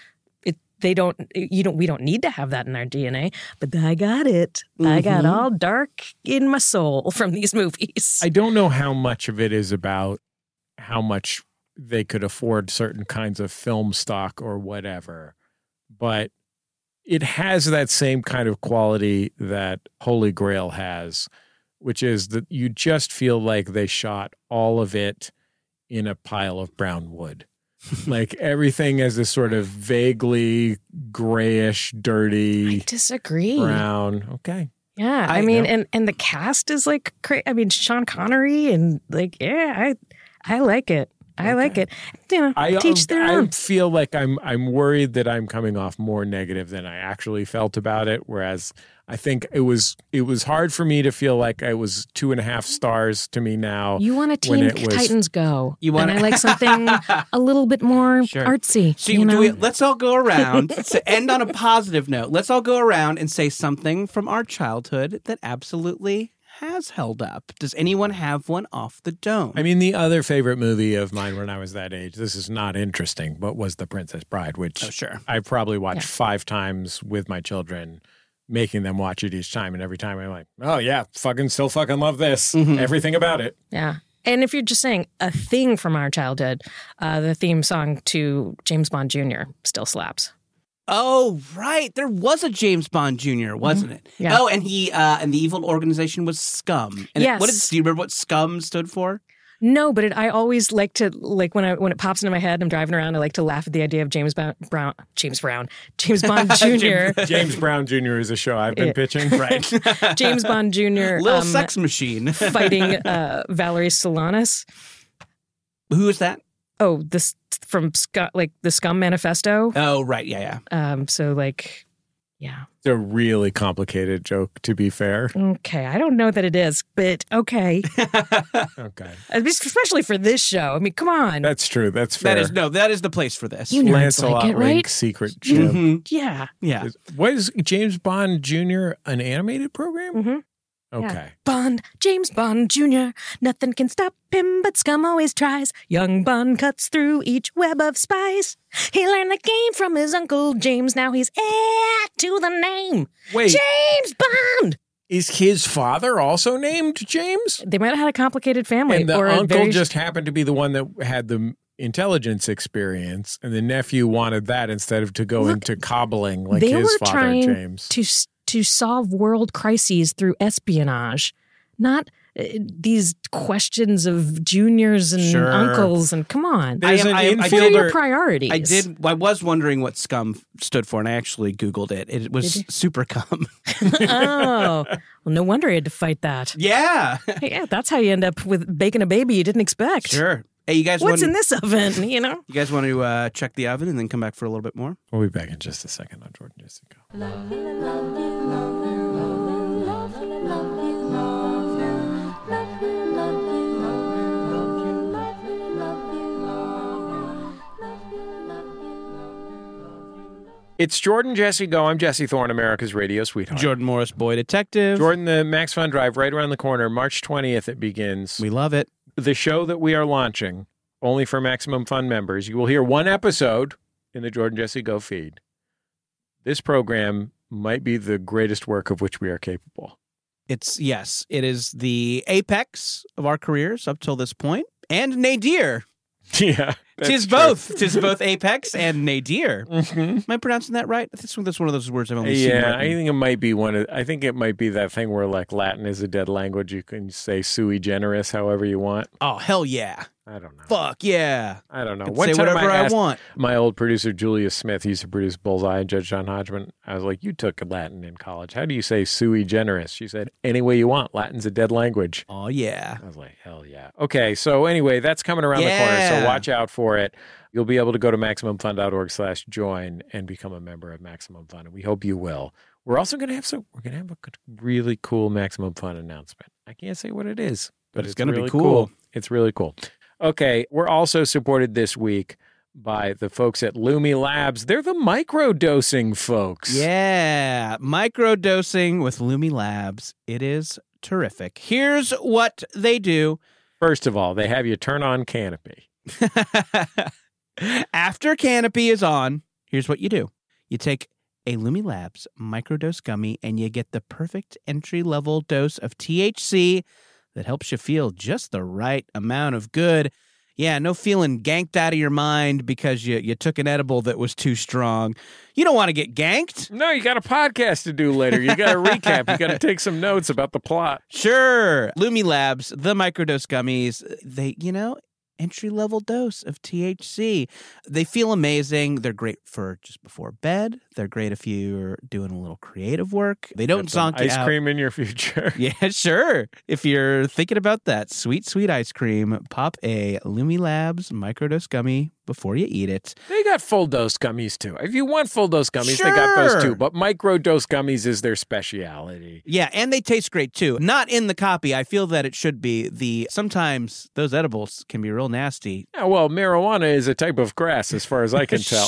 D: it they don't you don't we don't need to have that in our DNA. But I got it. I got
C: Mhm.
D: all dark in my soul [laughs] from these movies.
B: Mm-hmm. I don't know how much of it is about how much they could afford certain kinds of film stock or whatever, but it has that same kind of quality that Holy Grail has, which is that you just feel like they shot all of it in a pile of brown wood. like everything has this sort of vaguely grayish, dirty
D: disagree.
B: brown. Okay.
D: Yeah, I,
C: I
D: mean,
C: know.
D: and and the cast is like, cra- I mean, Sean Connery and like, yeah, I, I like it. I like it. You know,
B: I, um,
D: teach their
B: I
D: own.
B: feel like I'm I'm worried that I'm coming off more negative than I actually felt about it. Whereas I think it was it was hard for me to feel like I was two and a half stars to me now.
D: You want a
B: when it
D: team
B: was-
D: Titans Go?
C: You want
D: and I
C: [laughs]
D: like something a little bit more
C: Sure.
D: artsy.
C: So
D: you
C: do
D: know?
C: we, let's all go around to end on a positive note. Let's all go around and say something from our childhood that absolutely has held up. Does anyone have one off the dome?
B: I mean, the other favorite movie of mine when I was that age. This is not interesting, but was The Princess Bride, which
C: oh, sure.
B: I probably watched five times with my children, making them watch it each time. And every time I'm like, oh yeah, fucking still fucking love this.
C: Mhm.
B: Everything about
C: [laughs]
B: it.
D: yeah. And if you're just saying a thing from our childhood, uh, the theme song to James Bond Jr. still slaps.
C: Oh, right. There was a James Bond Jr., wasn't it?
D: Mm-hmm. Yeah.
C: Oh, and he uh, and the evil organization was Scum. And it- what did
D: Yes.
C: do you remember what Scum stood
D: [laughs]
C: for?
D: No, but it, I always like to like when I when it pops into my head. and I'm driving around. I like to laugh at the idea of James Bo- Brown, James Brown,
C: [laughs]
D: James Bond Jr.
B: James Brown Jr. is a show I've been
D: Yeah.
B: pitching.
C: Right.
D: James Bond
C: [laughs]
D: Jr.
C: Little
D: um,
C: sex machine.
D: fighting uh, Valerie Solanas.
C: Who is that?
D: Oh, this from Scu- like the Scum Manifesto.
C: Oh, right. Yeah, yeah.
D: Um, so like, yeah,
B: It's a really complicated joke, to be fair.
D: okay. I don't know that it is, but okay. [laughs]
C: [laughs]
B: Okay.
D: At least- Especially for this show. I mean, come on.
B: That's true. That's fair.
C: That is no, that is the place for this.
D: You nerds
B: Lancelot
D: like it,
B: Link
D: right? Mm-hmm.
B: secret ship.
C: Mhm.
D: Yeah.
B: [laughs]
C: Yeah.
B: Is- Was James Bond Jr. an animated program?
D: Mhm.
B: Okay.
D: Bond, James Bond Jr. Nothing can stop him, but scum always tries. Young Bond cuts through each web of spies. He learned the game from his uncle James. Now he's heir to the name.
B: Wait,
D: James Bond!
B: is his father also named James?
D: They might have had a complicated family.
B: and the
D: or a
B: uncle
D: very-
B: just happened to be the one that had the intelligence experience, and the nephew wanted that instead of to go
D: Look,
B: into cobbling like
D: they
B: his
D: were
B: father
D: trying
B: James.
D: to s- to solve world crises through espionage, not uh, these questions of juniors and
C: Sure.
D: uncles. And come on,
C: I
B: There's
C: am-
B: an
C: I am- I
D: what are
C: did-
D: your
B: infielder.
D: priorities?
C: I did. [laughs] I was wondering what scum stood for, and I actually Googled it. It was
D: Did
C: super cum. [laughs]
D: oh, well, no wonder he had to fight that. [laughs]
C: yeah,
D: Yeah, that's how you end up with baking a baby you didn't expect.
C: sure. Hey, you guys,
D: What's
C: want,
D: in this oven? [laughs] You know.
C: You guys want to uh, check the oven and then come back for a little bit more?
B: We'll be back in just a second on Jordan Jessica.
A: Love you, love you, love you, love you, love you, love you, love you, love you, love you, love you, love you, love you, love you, love you, love you, love you, love you.
B: It's Jordan Jesse Go. I'm Jesse Thorne, America's radio sweetheart.
C: Jordan Morris, Boy Detective.
B: Jordan, the Max Fun Drive right around the corner. March 20th, it begins.
C: We love it.
B: the show that we are launching, only for Maximum Fun members, you will hear one episode in the Jordan Jesse Go feed. This program might be the greatest work of which we are capable. [laughs]
C: It's yes, it is the apex of our careers up till this point. And nadir.
B: Yeah. that's
C: Tis
B: true.
C: both. Tis
B: [laughs]
C: both apex and nadir.
B: Mhm.
C: Am I pronouncing that right? I think that's one of those words I've only seen.
B: Yeah, I
C: written.
B: think it might be one of. I think it might be that thing where like Latin is a dead language. You can say sui generis however you want.
C: oh hell yeah!
B: I don't know.
C: Fuck yeah!
B: I don't know.
C: Can
B: One
C: say
B: time
C: whatever I,
B: asked-
C: want.
B: My old producer Julius Smith he used to produce Bullseye and Judge John Hodgman. I was like, "You took Latin in college. How do you say sui generis?" She said, "Any way you want. Latin's a dead language."
C: Oh yeah!
B: I was like, "Hell yeah!" Okay, so anyway, that's coming around the corner.
C: Yeah.
B: So watch out for it. You'll be able to go to maximumfun.org/join and become a member of Maximum Fun, and we hope you will. We're also going to have so we're going to have a good- really cool Maximum Fun announcement. I can't say what it is, but,
C: But it's gonna be
B: really
C: cool.
B: It's really cool. Okay, we're also supported this week by the folks at Lumi Labs. They're the microdosing folks.
C: Yeah, microdosing with Lumi Labs. It is terrific. Here's what they do.
B: First of all, they have you turn on Canopy.
C: [laughs] After Canopy is on, here's what you do. You take a Lumi Labs microdose gummy and you get the perfect entry level dose of THC that helps you feel just the right amount of good. Yeah, no feeling ganked out of your mind because you, you took an edible that was too strong. You don't want to get ganked.
B: No, you got a podcast to do later. You got a recap. You got to take some notes about the plot.
C: Sure. Lumi Labs, the microdose gummies, they, you know, entry level dose of THC. They feel amazing. They're great for just before bed. They're great if you're doing a little creative work. They don't
B: Get some
C: zonk you
B: ice
C: out.
B: cream in your future. [laughs]
C: [laughs] Yeah, sure. If you're thinking about that sweet, sweet ice cream, pop a Lumi Labs microdose gummy before you eat it.
B: They got full dose gummies too. If you want full dose gummies, they got
C: Sure.
B: those too. But micro dose gummies is their speciality.
C: Yeah, and they taste great too. Not in the copy. I feel that it should be. The sometimes those edibles can be real nasty.
B: Yeah, well, marijuana is a type of grass, as far as I
C: [laughs]
B: can tell.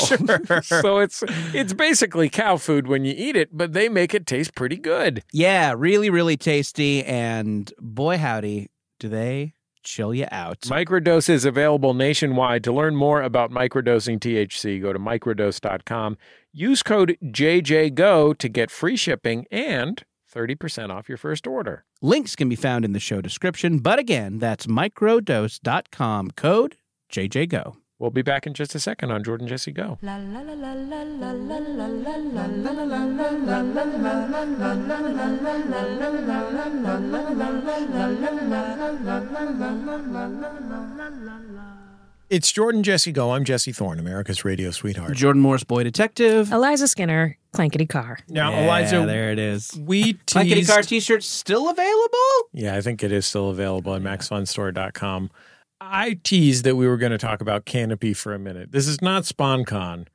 B: [laughs]
C: Sure.
B: so it's it's basically cow food when you eat it, but they make it taste pretty good.
C: Yeah, really, really tasty. And boy, howdy, do they chill you out.
B: Microdose is available nationwide. To learn more about microdosing THC, go to microdose.com. Use code JJGO to get free shipping and 30% off your first order.
C: Links can be found in the show description. But again, that's microdose.com code JJGO.
B: We'll be back in just a second on Jordan Jesse Go.
A: La la la la la la la la la la la la la la la la la la la
B: It's Jordan Jesse Go. I'm Jesse Thorne, America's radio sweetheart.
C: Jordan Morris, Boy Detective.
D: Eliza Skinner, Clankety Car.
B: Now,
C: Yeah,
B: Eliza,
C: there it is.
B: we
C: Blankety
B: teased.
C: Car t shirts still available?
B: Yeah, I think it is still available at maxfunstore.com. I teased that we were going to talk about Canopy for a minute. This is not SpawnCon.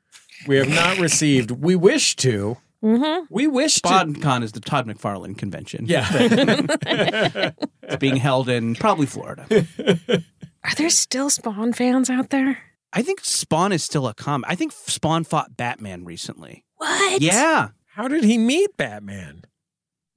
B: We have not received. We wish to.
D: Mm-hmm.
B: We wish to.
C: BodCon is the Todd McFarlane convention.
B: [laughs] Yeah.
C: [laughs] It's being held in probably Florida.
D: Are there still Spawn fans out there?
C: I think Spawn is still a comic. I think Spawn fought Batman recently.
D: What?
C: Yeah.
B: [laughs] How did he meet Batman?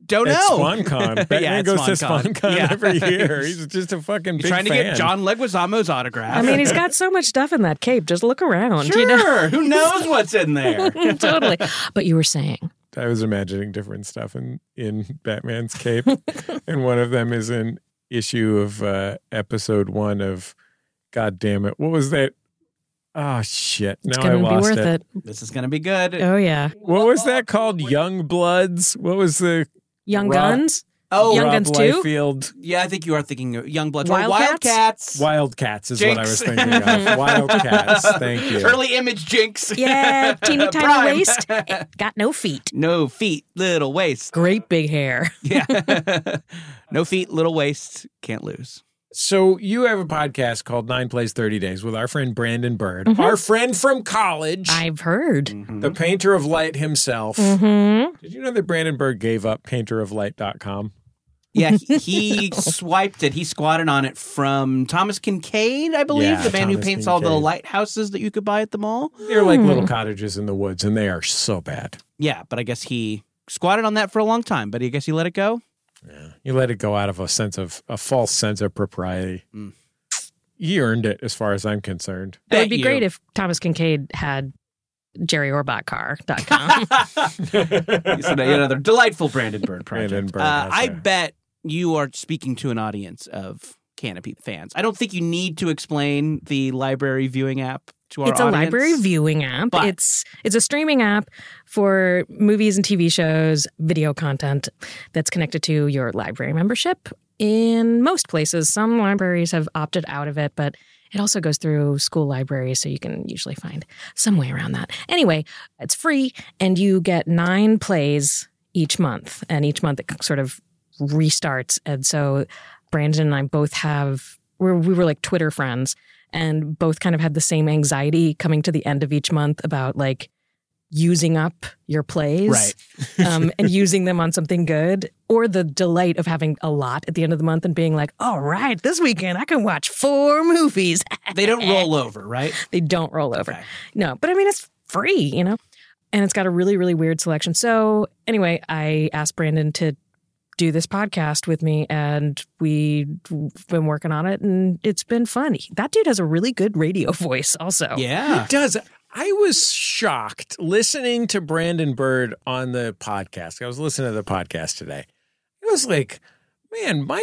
C: Don't
B: at
C: know. [laughs]
B: SpawnCon. Batman
C: Oh, at
B: goes to
C: SpawnCon.
B: SpawnCon
C: Yeah. [laughs]
B: every year. He's just a fucking
C: You're
B: big
C: trying to
B: fan.
C: get John Leguizamo's autograph.
D: I mean, he's got so much stuff in that cape. Just look around.
C: sure.
D: You know?
C: Who
D: [laughs]
C: knows what's in there?
D: totally. But you were saying.
B: I was imagining different stuff in, in Batman's cape. and one of them is an issue of uh, episode one of God damn it. What was that? Oh shit.
D: It's
B: Now I
D: going to be
B: lost
D: worth
B: it.
D: it.
C: This is gonna be good.
D: Oh, yeah.
B: What was that called? Young Bloods? What was the
D: Young
B: Rob-
D: Guns?
C: oh,
D: Young
B: Rob
D: Guns too?
B: Liefeld?
C: yeah. I think you are thinking of Young Blood. Wildcats.
D: Wildcats?
B: Wildcats is what I was
C: Jinx.
B: thinking
C: [laughs]
B: of. Wildcats. Thank you.
C: Early image jinx.
D: Yeah, teeny tiny
C: Prime.
D: waist. It got no feet.
C: No feet, little waist. [laughs]
D: Great big hair. [laughs]
C: Yeah. no feet, little waist. Can't lose.
B: So you have a podcast called Nine Plays Thirty Days with our friend Brandon Bird,
D: Mhm.
B: our friend from college,
D: I've heard.
B: the painter of light himself.
D: Mm-hmm.
B: Did you know that Brandon Bird gave up painteroflight.com? [laughs]
C: Yeah, he, he swiped it. He squatted on it from Thomas Kincaid, I believe,
B: Yeah,
C: the man who
B: Thomas
C: paints all the
B: Kincaid.
C: lighthouses that you could buy at the mall.
B: They're like little cottages in the woods, and they are so bad.
C: Yeah, but I guess he squatted on that for a long time. But I guess he let it
B: [laughs]
C: go.
B: You let it go out of a sense of a false sense of propriety.
C: Mm.
B: You earned it, as far as I'm concerned. [laughs]
D: It
C: Bet
D: would be
C: you.
D: great if Thomas Kincaid had jerryorbachcar.com.
C: So now you had another delightful Brandon Bird project.
B: Brandon Byrne,
C: Uh,
B: that's
C: I
B: right.
C: bet you are speaking to an audience of Canopy fans. I don't think you need to explain the library viewing app to our
D: it's a
C: audience.
D: library viewing app.
C: But-
D: It's it's a streaming app for movies and TV shows, video content that's connected to your library membership. In most places, some libraries have opted out of it, but it also goes through school libraries, so you can usually find some way around that. Anyway, it's free, and you get nine plays each month, and each month it sort of restarts. And so Brandon and I both have, we're, we were like Twitter friends and both kind of had the same anxiety coming to the end of each month about like using up your plays
C: Right.
D: [laughs] um, and using them on something good or the delight of having a lot at the end of the month and being like, all right, this weekend I can watch four movies.
C: They don't roll over,
D: [laughs]
C: right?
D: they don't roll over.
C: Okay.
D: No, but I mean, it's free, you know? And it's got a really, really weird selection. So, anyway, I asked Brandon to do this podcast with me, and we've been working on it, and it's been fun. That dude has a really good radio [laughs] voice, also.
C: Yeah.
B: It does. I was shocked listening to Brandon Bird on the podcast. I was listening to the podcast today. It was like, man, my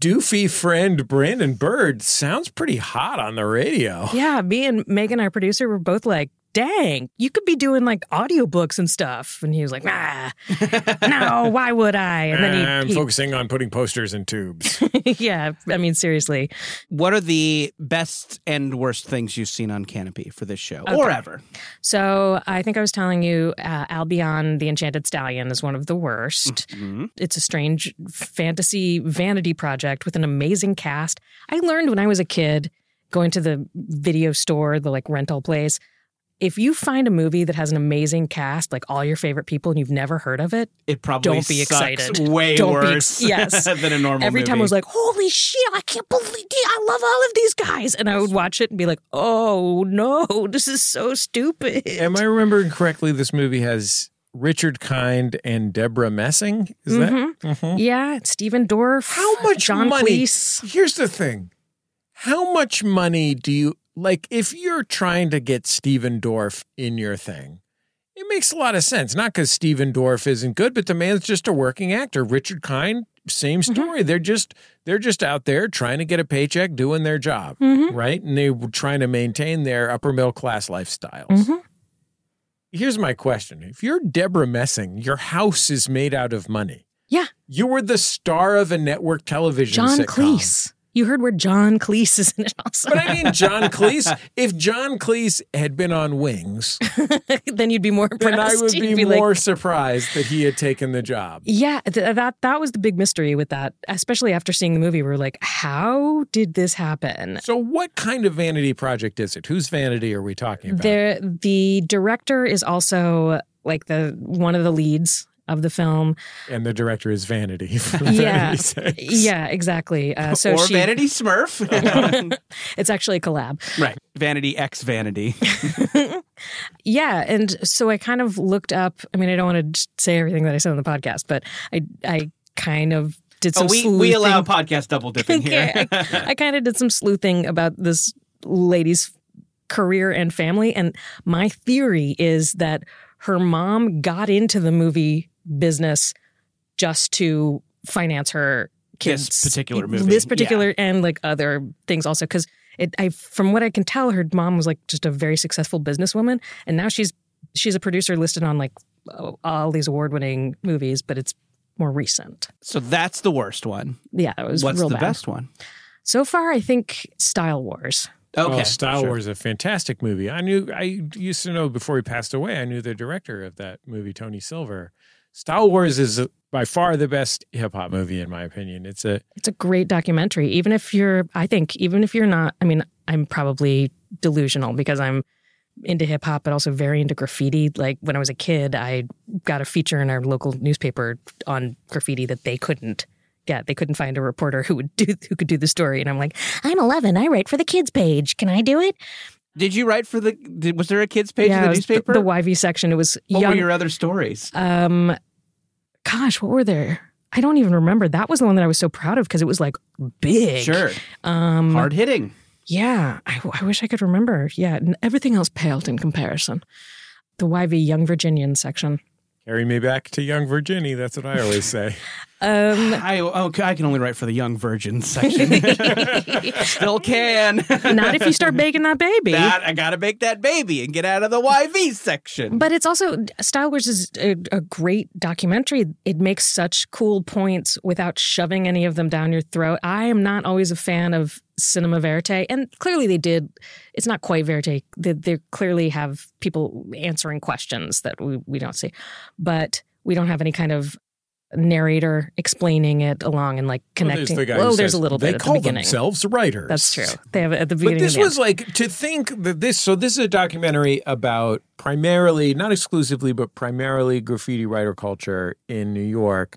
B: doofy friend Brandon Bird sounds pretty hot on the radio.
D: Yeah, me and Megan, our producer, were both like, dang, you could be doing like audiobooks and stuff. And he was like, nah, no, why would I? And then
B: I'm
D: he,
B: focusing on putting posters in
D: [laughs]
B: tubes.
D: he [laughs] yeah, I mean, seriously.
C: What are the best and worst things you've seen on Canopy for this show or ever?
D: So I think I was telling you, uh, Albion the Enchanted Stallion is one of the worst.
C: Mm-hmm.
D: It's a strange fantasy vanity project with an amazing cast. I learned when I was a kid going to the video store, the like rental place. If you find a movie that has an amazing cast, like all your favorite people, and you've never heard of it,
C: It probably
D: Don't be
C: sucks
D: excited.
C: Way
D: Don't be
C: worse,
D: ex- yes.
C: [laughs] than a normal.
D: every time I
C: movie.
D: was like, "Holy shit! I can't believe I love all of these guys," and I would watch it and be like, "Oh no, [laughs] this is so stupid."
B: Am I remembering correctly? This movie has Richard Kind and Deborah Messing. Is
D: Mhm.
B: that? Mhm.
D: Yeah, Stephen Dorff.
B: How much
D: John
B: money?
D: Cleese.
B: Here's the thing. How much money do you like if you're trying to get Steven Dorff in your thing? It makes a lot of sense. Not because Steven Dorff isn't good, but the man's just a working actor. Richard Kind, same
D: Mm-hmm.
B: story. They're just they're just out there trying to get a paycheck, doing their job,
D: Mm-hmm.
B: right? And they were trying to maintain their upper middle class lifestyles.
D: Mm-hmm.
B: Here's my question: If you're Deborah Messing, your house is made out of money.
D: Yeah,
B: You were the star of a network television
D: John
B: sitcom.
D: Cleese. You heard where John Cleese is in it also.
B: But I mean, John Cleese. If John Cleese had been on
D: [laughs]
B: Wings,
D: then you'd be more impressed.
B: then I
D: [laughs]
B: would
D: You'd
B: be,
D: like,
B: more surprised that he had taken the job.
D: yeah, th- that that was the big mystery with that, especially after seeing the movie. We were like, how did this happen?
B: So, what kind of vanity project is it? Whose vanity are we talking about?
D: There, the director is also like the one of the leads of
B: [laughs]
D: the film.
B: and the director is Vanity. [laughs] For
D: Yeah.
B: vanity's sake.
D: Yeah, exactly. Uh, so
C: or
D: she,
C: Vanity
D: [laughs]
C: Smurf, [laughs]
D: it's actually a collab.
C: right? Vanity X Vanity.
D: Yeah, and so I kind of looked up. I mean, I don't want to say everything that I said on the podcast, but I I kind of did [laughs] some
C: oh, we,
D: sleuthing.
C: we allow podcast double dipping
D: [laughs]
C: here.
D: Okay,
C: [laughs]
D: I, I kind of did some sleuthing about this lady's career and family, and my theory is that her mom got into the movie business just to finance her kids
C: This particular movie.
D: this particular and like other things also because it i from what i can tell her mom was like just a very successful businesswoman and now she's she's a producer listed on like all these award-winning movies but it's more recent
C: So that's the worst one.
D: yeah it was
C: What's
D: real
C: the
D: bad.
C: best one?
D: so far i think style wars
C: Okay,
B: Oh, Star
C: sure.
B: Wars, a fantastic movie. I knew, I used to know before he passed away, I knew the director of that movie, Tony Silver. Star Wars is uh, by far the best hip hop movie, in my opinion. It's a,
D: it's a great documentary even if you're i think even if you're not i mean i'm probably delusional because i'm into hip hop but also very into graffiti like when i was a kid i got a feature in our local newspaper on graffiti that they couldn't yeah, they couldn't find a reporter who would do who could do the story. And I'm like, I'm 11. I write for the kids page. Can I do it?
C: Did you write for the? Did, was there a kids page
D: yeah,
C: in
D: it
C: the
D: was
C: newspaper?
D: The, YV section. It was
C: what
D: young.
C: were your other stories?
D: um, gosh, what were there? I don't even remember. That was the one that I was so proud of because it was like big.
C: Sure,
D: Um,
C: hard hitting.
D: Yeah, I, w- I wish I could remember. Yeah, n- everything else paled in comparison. The YV Young Virginian section.
B: Carry me back to young Virginie. That's what I always say.
D: Um,
C: I oh, I can only write for the young virgin
D: [laughs]
C: section. [laughs] Still can.
D: not if
C: [laughs]
D: you start baking that baby.
C: that I gotta make that baby and get out of the YV section.
D: But it's also Style Wars is a, a great documentary. It makes such cool points without shoving any of them down your throat. I am not always a fan of cinema verite, and clearly they did. It's not quite verite. They, they clearly have people answering questions that we, we don't see, but we don't have any kind of narrator explaining it along and like [laughs] connecting.
B: Well, there's, the guy who
D: there's
B: says
D: a little
B: they
D: bit at the
B: call
D: beginning.
B: themselves writers.
D: That's true. They have it at the
B: But
D: beginning.
B: this
D: and the
B: was like to think that this. So this is a documentary about primarily, not exclusively, but primarily graffiti writer culture in New York,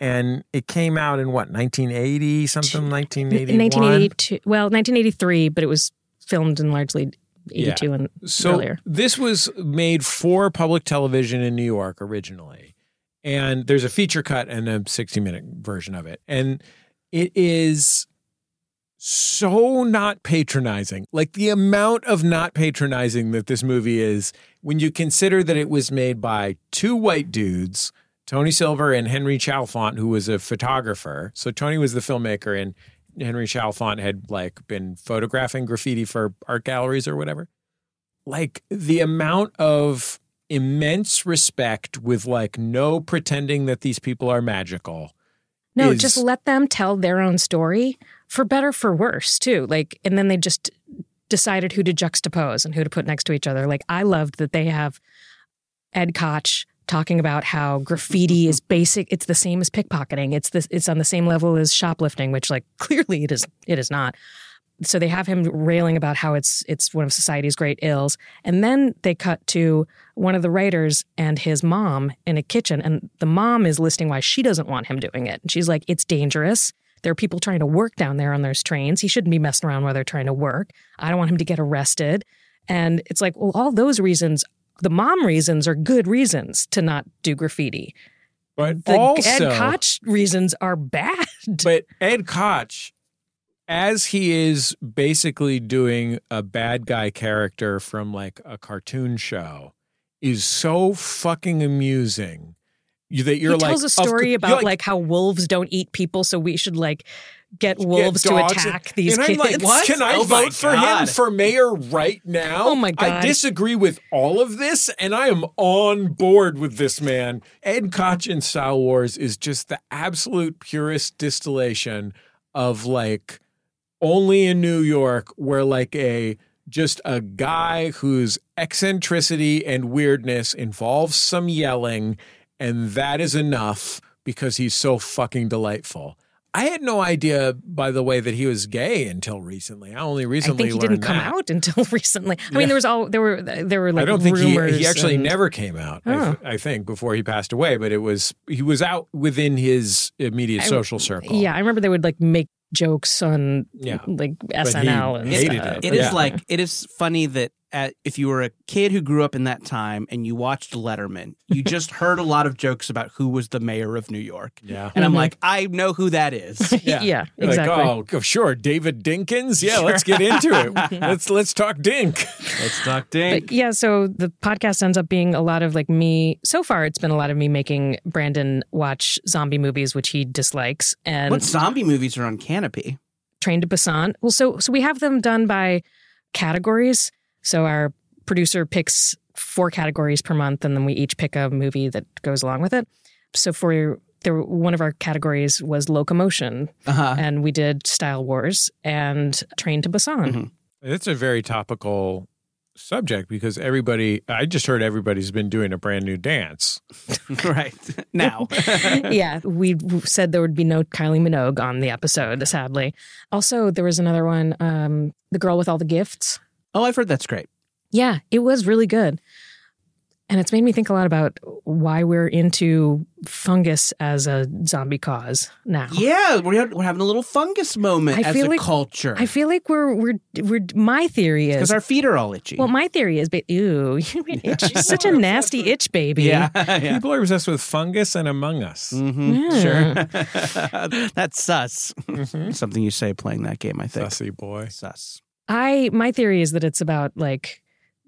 B: and it came out in what 1980 something, 1981.
D: 1982 well 1983 but it was filmed in largely 82 and
B: so
D: earlier
B: this was made for public television in New York originally, and there's a feature cut and a 60 minute version of it, and it is so not patronizing. Like the amount of not patronizing that this movie is when you consider that it was made by two white dudes, Tony Silver and Henry Chalfont, who was a photographer. So Tony was the filmmaker and Henry Chalfont had like been photographing graffiti for art galleries or whatever. Like the amount of immense respect with like no pretending that these people are magical.
D: no
B: is-
D: just let them tell their own story for better for worse too like and then they just decided who to juxtapose and who to put next to each other like i loved that they have ed koch talking about how graffiti is basic it's the same as pickpocketing it's this it's on the same level as shoplifting which like [laughs] clearly it is it is not so they have him railing about how it's it's one of society's great ills and then they cut to one of the writers and his mom in a kitchen and the mom is listing why she doesn't want him doing it and she's like it's dangerous there are people trying to work down there on those trains he shouldn't be messing around while they're trying to work i don't want him to get arrested and it's like well all those reasons the mom reasons are good reasons to not do graffiti
B: But
D: the
B: also,
D: ed koch reasons are bad
B: But Ed Koch, as he is basically doing a bad guy character from like a cartoon show, is so fucking amusing. You, that you're
D: he
B: like
D: tells a
B: of
D: story
B: cou-
D: about
B: you're
D: like, how wolves don't eat people, so we should like get
B: "Get
D: wolves to
B: dogs."
D: attack these
B: and
D: kids.
B: I'm like,
C: What?
B: Can I
C: Oh my
B: vote for him
C: God.
B: for mayor right now?
D: Oh my
B: I
D: God.
B: disagree with all of this, and I am on board with this man. Ed Koch in Star Wars is just the absolute purest distillation of like only in New York where like a just a guy whose eccentricity and weirdness involves some yelling and that is enough because he's so fucking delightful. I had no idea by the way that he was gay until recently. I only
D: I
B: recently
D: think he
B: learned
D: didn't come
B: that.
D: out [laughs] until recently. I mean, there was all there were there were like
B: I don't think he,
D: rumors.
B: he actually
D: and- Oh.
B: never came out. I, th- I think before he passed away, but it was he was out within his immediate
D: I-
B: social circle.
D: Yeah, I remember they would like make jokes on
B: Yeah.
D: like
B: he
D: SNL and
B: hated
D: stuff.
B: it.
C: It is
B: Yeah.
C: like it is funny that at, if you were a kid who grew up in that time and you watched Letterman,
D: [laughs]
C: you just heard a lot of jokes about who was the mayor of New York.
B: yeah.
C: And
D: Mhm.
C: I'm like, I know who that
D: [laughs]
C: is.
B: Yeah.
D: yeah,
B: You're
D: exactly.
B: Like, oh, sure, David Dinkins. Yeah, let's get into
D: [laughs]
B: it. let's let's talk Dink.
C: Let's talk
D: But yeah, so the podcast ends up being a lot of like me. So far, it's been a lot of me making Brandon watch zombie movies, which he dislikes, and
C: What zombie movies are on Canopy?
D: Train to Busan. Well, so so we have them done by categories. So our producer picks four categories per month, and then we each pick a movie that goes along with it. So for there, one of our categories was locomotion, [laughs]
C: Uh-huh. [laughs]
D: and we did Style Wars and Train to Busan.
C: Mhm.
B: It's a very topical subject because everybody. I just heard everybody's been doing a brand new dance.
C: right.
D: [laughs]
C: Now.
D: yeah, we said there would be no Kylie Minogue on the episode. Sadly, also there was another one, um, the girl with all the gifts.
C: oh, I've heard that's great.
D: Yeah, it was really good. And it's made me think a lot about why we're into fungus as a zombie cause now.
C: Yeah, we're, we're having a little fungus moment
D: I
C: as
D: feel
C: a
D: like-
C: culture.
D: I feel like we're we're we're my theory
C: because
D: is
C: our feet are all itchy.
D: well my theory is but ew [laughs] you itch, you're such a nasty itch baby
C: yeah, [laughs] yeah. Mm-hmm.
B: People are obsessed with fungus and Among Us.
D: Yeah.
C: Sure. [laughs] That's sus.
D: Mm.
C: Something you say playing that game, I think.
B: Sussy Mm-hmm. boy.
C: Sus.
D: I my theory is that it's about like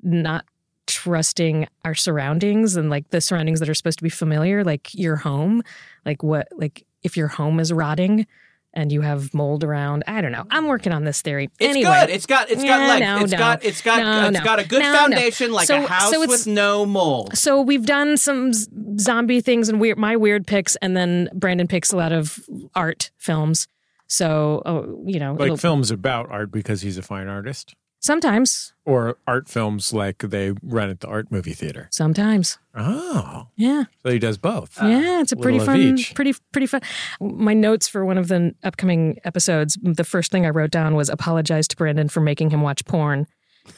D: not trusting our surroundings and like the surroundings that are supposed to be familiar, like your home, like what like if your home is rotting and you have mold around. I don't know. I'm working on this theory.
C: It's
D: anyway.
C: good. It's got it's got
D: Yeah,
C: like
D: no,
C: it's
D: no.
C: got it's got
D: No,
C: it's
D: no.
C: got a good
D: No, no.
C: foundation, like
D: So-
C: a house
D: so
C: with
D: it's-
C: no mold.
D: So we've done some z- zombie things and weird my weird picks, and then Brandon picks a lot of art films. So oh, you know,
B: Like
D: it'll-
B: films about art because he's a fine artist,
D: sometimes,
B: or art films like they run at the art movie theater.
D: sometimes,
B: Oh,
D: yeah.
B: so he does both.
D: Yeah, it's a pretty
B: little of
D: fun,
B: each.
D: pretty pretty fun. My notes for one of the upcoming episodes, the first thing I wrote down was apologize to Brandon for making him watch porn.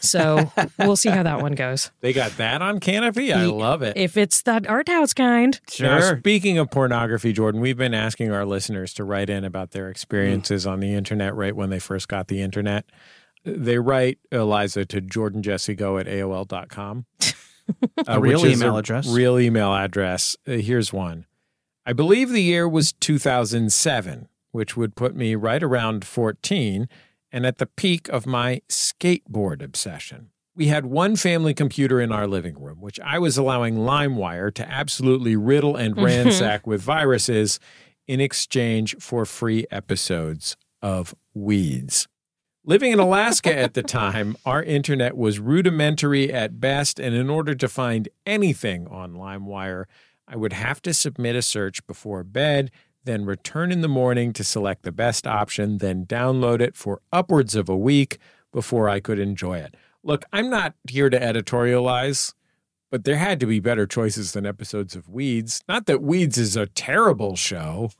D: So we'll see how that one goes.
B: They got that on Canopy. I
D: Ye-
B: love it.
D: If it's that art house kind,
B: Now, speaking of pornography, Jordan, we've been asking our listeners to write in about their experiences on the internet right when they first got the internet. They write Eliza to jordanjessigo at AOL.com.
C: A
B: Uh, which
C: real
B: is
C: email address.
B: Real email address. Uh, here's one. I believe the year was 2007, which would put me right around 14 and at the peak of my skateboard obsession. We had one family computer in our living room, which I was allowing LimeWire to absolutely riddle and ransack with viruses in exchange for free episodes of Weeds. Living in Alaska at the time, [laughs] our internet was rudimentary at best, and in order to find anything on LimeWire, I would have to submit a search before bed, then return in the morning to select the best option, then download it for upwards of a week before I could enjoy it. Look, I'm not here to editorialize, but there had to be better choices than episodes of Weeds. Not that Weeds is a terrible
C: [laughs]
B: show.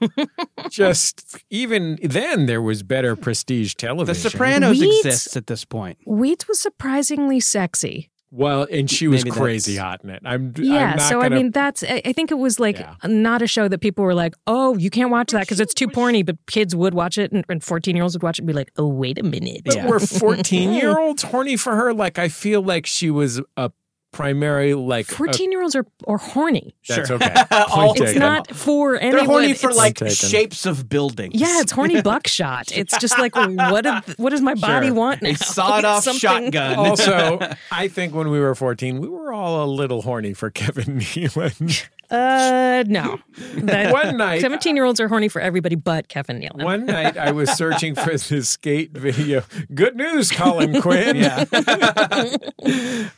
B: Just even then, there was better prestige
C: The
B: television.
C: Sopranos
D: Weeds?
C: exists at this point.
D: Weeds was surprisingly sexy.
B: Well, and she was
C: Maybe
B: crazy
C: that's-
B: hot in it. I'm I'm
D: Yeah,
B: not
D: so
B: gonna,
D: I mean, that's I I think it was like
B: Yeah.
D: not a show that people were like, oh, you can't watch that because it's too porny. But kids would watch it, and 14 year olds would watch it and be like, oh, wait a minute.
B: but
C: yeah.
D: [laughs]
B: were 14 year olds horny for her? Like I feel like she was a primary like a-
D: 14 year olds are, are horny.
B: that's
C: Sure. [laughs]
B: okay.
C: All
B: Point
C: It's
D: It's
B: taken.
C: [laughs]
D: not for anyone.
C: They're horny for
D: It's-
C: like
B: Taken.
C: shapes of buildings.
D: Yeah,
C: [laughs]
D: it's horny buckshot. It's just like what do- what does my body
B: Sure.
D: want now? [laughs]
C: a sawed-off
D: Something-
C: shotgun. [laughs]
B: also, I think when we were 14, we were all a little horny for Kevin [laughs] Nealon.
D: Uh, no. [laughs]
B: One night- uh,
D: seventeen year olds are horny for everybody but Kevin Nealon.
B: One night I was searching for this skate video. Good news, Colin Quinn.
C: Yeah.
B: [laughs]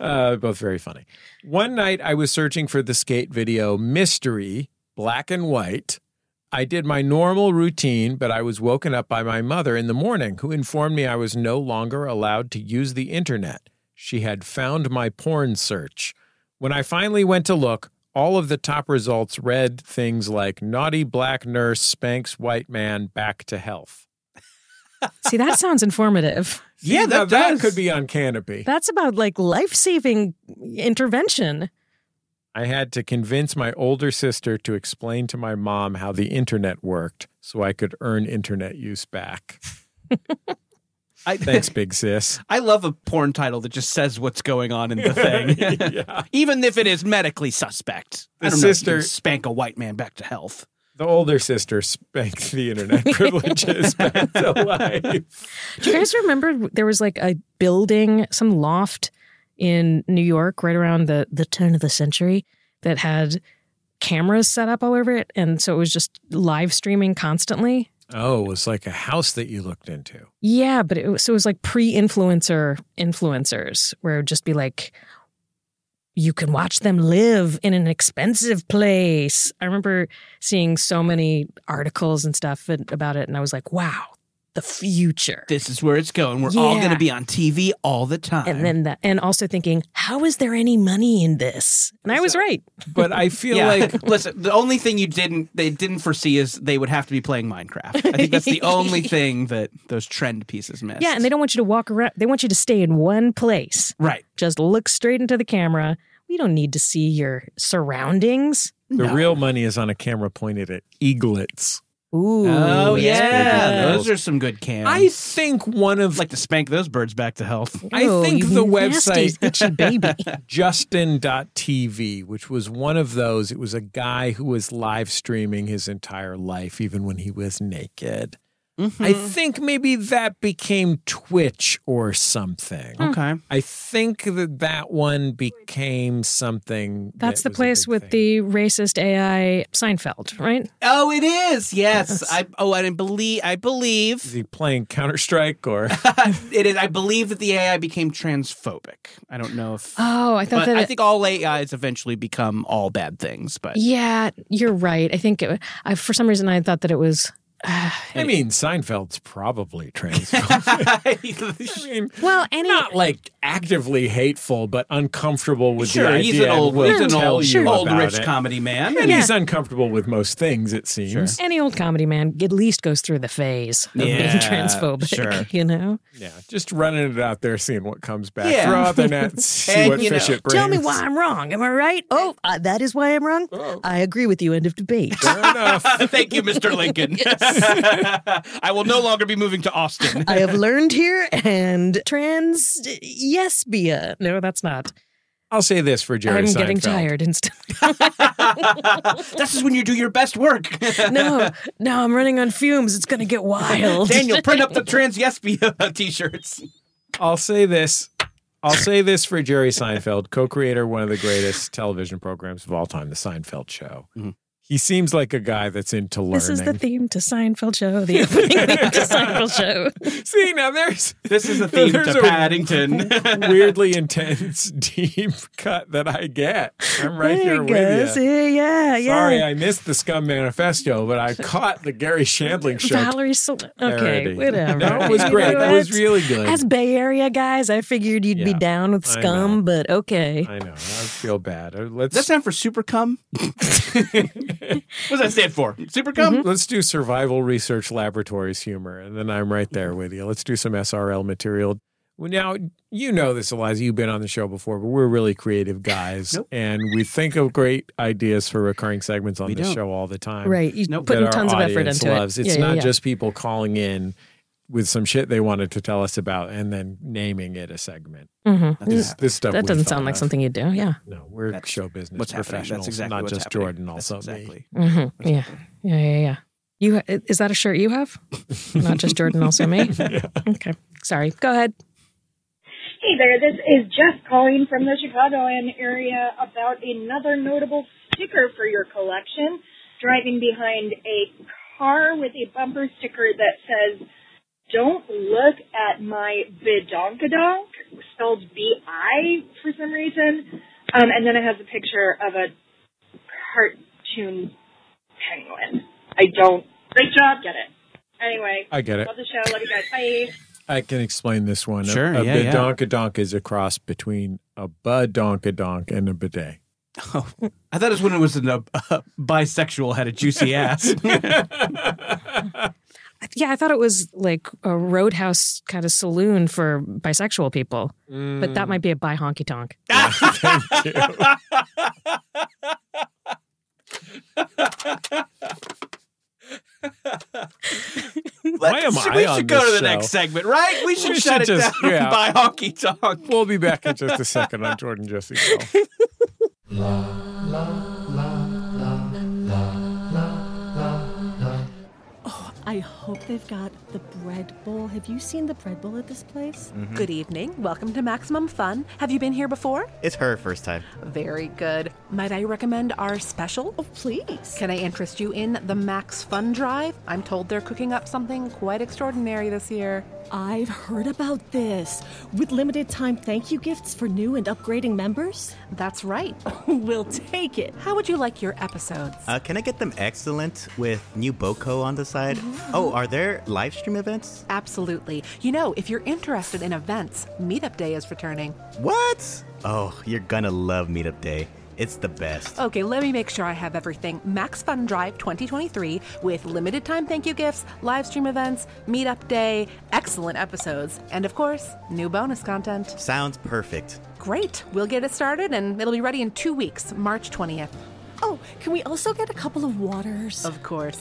B: uh, both very funny. One night I was searching for the skate video mystery, black and white. I did my normal routine, but I was woken up by my mother in the morning, who informed me I was no longer allowed to use the internet. She had found my porn search. When I finally went to look, all of the top results read things like naughty black nurse spanks white man back to health.
D: See, that sounds informative.
C: yeah,
B: Now,
C: that,
B: that
C: does.
B: could be on Canopy.
D: That's about like life saving intervention.
B: I had to convince my older sister to explain to my mom how the internet worked so I could earn internet use back.
C: I, [laughs]
B: Thanks, big sis.
C: I love a porn title that just says what's going on in the [laughs] thing,
B: yeah.
C: even if it is medically suspect.
B: The
C: I don't know if you
B: sister-
C: can spank a white man back to health.
B: The older sister spanked the internet privileges back to life.
D: Do you guys remember there was like a building, some loft in New York right around the the turn of the century that had cameras set up all over it and so it was just live streaming constantly?
B: Oh, it was like a house that you looked into.
D: Yeah, but it was, so it was like pre-influencer influencers, where it would just be like, you can watch them live in an expensive place. I remember seeing so many articles and stuff and- about it, and I was like, wow, the future.
C: This is where it's going. We're all
D: Yeah.
C: going to be on TV all the time.
D: And then that, and also thinking, how is there any money in this? And I was right.
B: But I feel
C: yeah.
B: like
C: [laughs] listen, the only thing you didn't they didn't foresee is they would have to be playing Minecraft. I think
B: [laughs]
C: that's the only thing that those trend pieces missed.
D: Yeah, and they don't want you to walk around. They want you to stay in one place,
C: Right.
D: just look straight into the camera, we don't need to see your surroundings.
B: The
C: No.
B: real money is on a camera pointed at eaglets.
D: Ooh.
C: Oh yeah,
B: good.
C: those are some good cans.
B: I think one of
C: I'd like to spank those birds back to health.
B: I
D: Ew,
B: think
D: you
B: the
D: nasty,
B: website-
D: [laughs]
B: [laughs]
D: itchy baby.
B: Justin.tv, which was one of those. It was a guy who was live streaming his entire life, even when he was naked. I think maybe that became Twitch or something.
D: Hmm.
C: okay.
B: I think that that one became something.
D: That's
B: that
D: the
B: was a
D: place
B: big
D: with
B: thing.
D: the racist AI Seinfeld, right?
C: Oh, it is. Yes. I. Oh, I didn't believe. I
B: Is
C: believe
B: he playing Counter Strike
D: [laughs]
B: or
C: it is. I believe that the AI became transphobic. I don't know if.
D: [gasps] Oh, I thought
C: but
D: that.
C: I
D: it-
C: think all AIs eventually become all bad things. But
D: yeah, you're right. I think it, I, for some reason I thought that it was.
B: I mean Seinfeld's probably trans.
D: [laughs]
B: I
C: [laughs]
B: mean,
D: Well, any
B: not like actively hateful, but uncomfortable with
C: sure,
B: the idea.
C: he's an
B: and
C: old,
B: will
C: he's an
B: tell
C: old,
B: you
C: old
B: about
C: rich
B: it.
C: comedy [laughs] man.
B: And
D: Yeah.
B: he's uncomfortable with most things, it seems.
D: any old comedy man at least goes through the phase of
C: Yeah,
D: being transphobic.
C: sure.
D: [laughs] You know,
B: Yeah, just running it out there, seeing what comes back.
C: Yeah.
B: Throw out the
C: [laughs]
B: net, see
C: And,
B: what
C: you
B: fish
C: know,
B: it brings.
D: tell me why I'm wrong. Am I right? Oh, uh, that is why I'm wrong.
B: Oh.
D: I agree with you. End of debate.
B: Fair enough.
C: Thank you, Mr. [laughs] Lincoln. I will no longer be moving to Austin.
D: I have learned here and trans yesbia. No, that's not.
B: I'll say this for Jerry
D: I'm
B: Seinfeld.
D: getting tired instantly.
C: this is when you do your best work.
D: no, no, I'm running on fumes. It's gonna get wild.
C: [laughs] Daniel, print up the trans Yespia [laughs] t-shirts.
B: I'll say this. I'll say this for Jerry Seinfeld, co-creator of one of the greatest television programs of all time, The Seinfeld Show. He seems like a guy that's into learning.
D: This is the theme to Seinfeld show. The opening theme to Seinfeld show.
B: See now, there's
C: This is the theme
B: There's
C: to
B: a-
C: [laughs] Paddington.
B: weirdly intense, [laughs] deep cut that I get. I'm [laughs] right here with you.
D: Yeah, yeah.
B: Sorry, I missed the Scum Manifesto, but I caught the Gary Shandling show.
D: Valerie Sol-
B: parody.
D: Okay, whatever.
B: That was
D: You know
B: great. That was
D: what?
B: really good.
D: As Bay Area guys, I figured you'd be
B: Yeah,
D: down with
B: I know.
D: scum, but okay.
B: I know. I feel bad. Uh, Let's
C: Does that stand for super cum? [laughs] what does that stand for? Super cum?
B: let's do survival research laboratories humor, and then I'm right there with you. Let's do some SRL material. Well, now you know this, Eliza. You've been on the show before, but we're really creative guys,
C: Nope.
B: and we think of great ideas for recurring segments on
C: We
B: this
C: don't.
B: show all the time.
D: Right. You
C: Nope.
D: putting
B: that our
D: tons of effort
B: audience
D: into
B: loves.
D: it.
B: It's
D: Yeah, yeah,
B: not
D: yeah.
B: just people calling in with some shit they wanted to tell us about and then naming it a segment.
D: Mhm.
B: This, this stuff
D: That
B: we
D: doesn't
B: thought
D: sound like
B: of.
D: something you'd do. Yeah.
B: No, we're
C: That's
B: show business
C: What's happening?
B: professionals,
C: That's exactly
B: not
C: what's
B: just
C: happening.
B: Jordan,
C: That's
B: also me.
C: exactly.
D: hmm Yeah. Yeah. Yeah. Yeah. You ha- is that a shirt you
B: [laughs]
D: have? Not just Jordan, also me. Okay. Sorry. Go ahead.
E: Hey there, this is Jess calling from the Chicagoland area about another notable sticker for your collection. Driving behind a car with a bumper sticker that says, Don't look at my bidonkadonk, spelled B-I for some reason. Um, and then it has a picture of a cartoon penguin. I don't. Great job, get it. Anyway,
B: I get it.
E: love the show. Love you guys. Bye.
B: I can explain this one. A-
C: Sure,
B: A,
C: yeah, yeah.
B: bidonkadonk is a cross between a badonkadonk and a bidet.
C: I thought it was when it was an, uh, uh, bisexual had
B: [laughs]
C: a juicy ass.
D: Yeah, I thought it was like a roadhouse kind of saloon for bisexual people, but that might be a bi honky tonk.
B: Why am I
C: we
B: on
C: should go
B: this
C: to the
B: show?
C: next segment, right? We should
B: We should
C: shut it
B: just-
C: down
B: yeah.
C: by honky tonk.
B: We'll be
C: [laughs]
B: back in just a second on Jordan Jesse Go.
F: I hope they've got the bread bowl. Have you seen the bread bowl at this place?
G: Hmm.
H: Good evening. Welcome to Maximum Fun. Have you been here before?
G: It's her first time.
H: Very good. Might I recommend our special?
F: Oh, please.
H: Can I interest you in the Max Fun Drive? I'm told they're cooking up something quite extraordinary this year.
F: I've heard about this. With limited time thank you gifts for new and upgrading members? [laughs]
H: That's right.
F: we'll take it.
H: How would you like your episodes?
G: Uh, can I get them excellent with new Boko on the side? Oh, are there live stream events?
H: Absolutely. You know, if you're interested in events, Meetup Day is returning.
G: What? Oh, you're gonna love Meetup Day. It's the best.
H: Okay, let me make sure I have everything. Max Fun Drive 2023 with limited time thank you gifts, live stream events, meetup day, excellent episodes, and of course, new bonus content.
G: Sounds perfect.
H: Great. We'll get it started and it'll be ready in two weeks, March 20th.
F: Oh, can we also get a couple of waters?
H: Of course.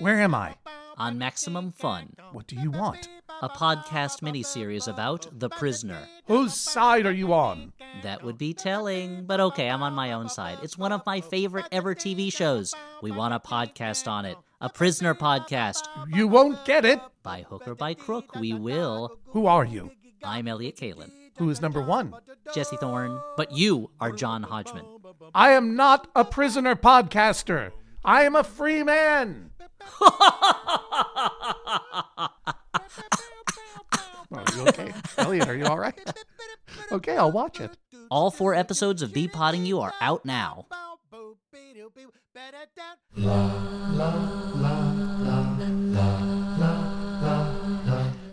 I: Where am I?
J: on Maximum Fun,
I: What do you want?
J: a podcast miniseries about The Prisoner.
I: Whose side are you on?
J: That would be telling, but okay, I'm on my own side. It's one of my favorite ever TV shows. We want a podcast on it, a prisoner podcast.
I: You won't get it.
J: By hook or by crook, we will.
I: Who are you?
J: I'm Elliot Kalin,
I: Who is number one?
J: Jesse Thorne, but you are John Hodgman.
I: I am not a prisoner podcaster. I am a free
J: [laughs]
I: man. Are you okay? Elliot, are you all right? Okay, I'll watch it.
J: All four episodes of The Potting You are out now.
B: [laughs]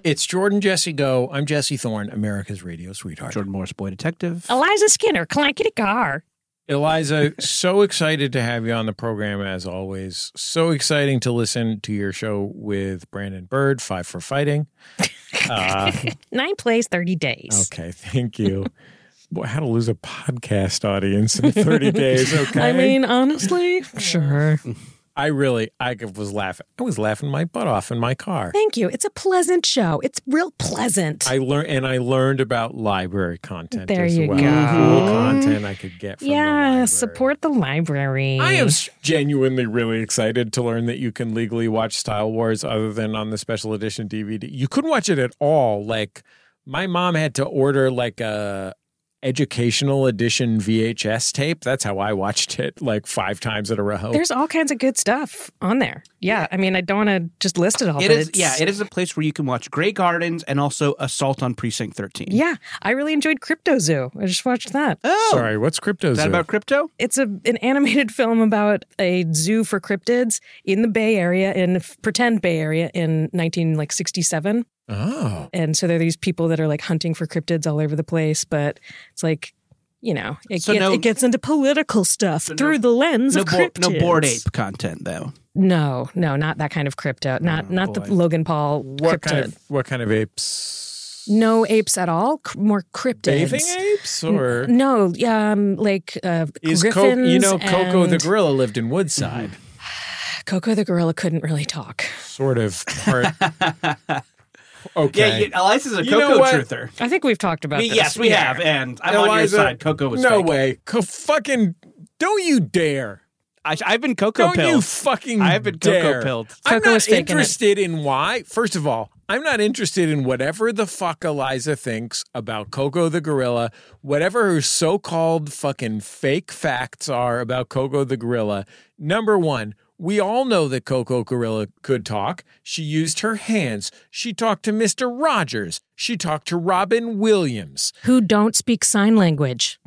B: It's Jordan Jesse Go. I'm Jesse Thorne, America's radio sweetheart.
C: Jordan Morris, Boy Detective.
J: Oh.
D: Eliza Skinner, clankety car.
B: Eliza, so excited to have you on the program as always. So exciting to listen to your show with Brandon Bird, Five for Fighting. Uh,
D: Nine plays, 30 days.
B: okay, thank you. Boy, how to lose a podcast audience in [laughs] 30 days. Okay.
D: I
B: [laughs]
D: mean, honestly, sure.
B: I really, I was laughing. I was laughing my butt off in my car.
D: Thank you. It's a pleasant show. It's real pleasant.
B: I learned, and I learned about library content
D: There
B: as
D: you
B: well.
D: go.
B: Cool content I could get. From the
D: yeah,
B: library.
D: support the library.
B: I am s- genuinely really excited to learn that you can legally watch Style Wars other than on the special edition DVD. You couldn't watch it at all. Like my mom had to order like a educational edition VHS tape. That's how I watched it like five times in a row.
C: Oh.
D: There's all kinds of good stuff on there. Yeah, I mean, I don't want to just list it all.
C: It
D: but
C: is,
D: it's,
C: yeah, it is a place where you can watch Grey Gardens and also Assault on Precinct 13.
D: yeah. I really enjoyed Crypto Zoo. I just watched that.
C: Oh,
B: Sorry, what's crypto?
C: is that about crypto?
D: It's a an animated [laughs] film about a zoo for cryptids in the Bay Area in pretend Bay Area in 19 like 67.
B: oh,
D: And so there are these people that are like hunting for cryptids all over the place, but it's like you know, it,
C: So
D: gets,
C: no-
D: it gets into political stuff through the lens
C: No,
D: of
C: bo-
D: cryptids.
C: no board ape content, though.
D: No, no, not that kind of crypto.
C: Oh,
D: Not not the Logan Paul
B: what
D: cryptid.
B: kind of what kind of apes?
D: no apes at all. C- more cryptids.
B: Bathing apes or
D: No, um, like uh,
B: is Coco?
D: griffins.
B: You know, Coco the
D: and-
B: gorilla lived in Woodside.
D: Coco the gorilla couldn't really talk.
B: Mm-hmm. Sort of part. [laughs] okay.
C: Yeah, you, Eliza's a
B: You know
C: Coco
B: what?
C: truther.
D: I think we've talked about
C: We-
D: this.
C: yes, we
D: Yeah.
C: have, and I'm on your
B: Eliza,
C: side. Coco was
B: no
C: fake.
B: way. Co- fucking don't you dare.
C: I, I've been Coco
B: Don't you
C: pilled.
B: fucking
C: I have been Coco
B: dare.
C: pilled.
B: I'm
D: Coco
B: not
D: is faking it.
B: interested in why. First of all, I'm not interested in whatever the fuck Eliza thinks about Coco the gorilla, whatever her so-called fucking fake facts are about Coco the gorilla. Number 1, we all know that Coco Gorilla could talk. She used her hands. She talked to Mr. Rogers. She talked to Robin Williams.
D: Who don't speak sign language?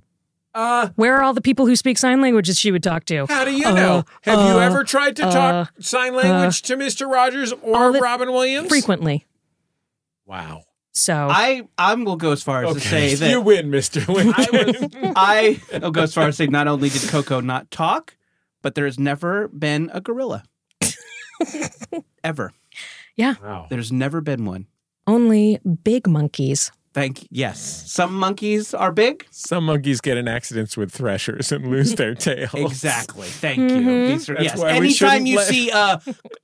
B: Uh,
D: Where are all the people who speak sign language that she would talk to?
B: How do you
D: Uh,
B: know? Have you
D: uh,
B: ever tried to talk sign language to Mr. Rogers or
D: all the-
B: Robin Williams?
D: frequently?
B: Wow.
D: So
C: I I will go as far as to say
B: [laughs]
C: that
B: you win, Mr. Win.
C: I was I will go as far as to say not only did Coco not talk, but there has never been
B: [laughs]
C: a gorilla. Ever.
B: wow.
C: There's never been one.
D: only big monkeys.
C: Thank yes. Some monkeys are big.
B: [laughs] Some monkeys get in accidents with threshers and lose their tails.
C: Exactly. Thank you.
D: Mhm.
C: These are,
B: That's
C: yes.
B: why we
C: Anytime
B: shouldn't
C: you
B: let-
C: see uh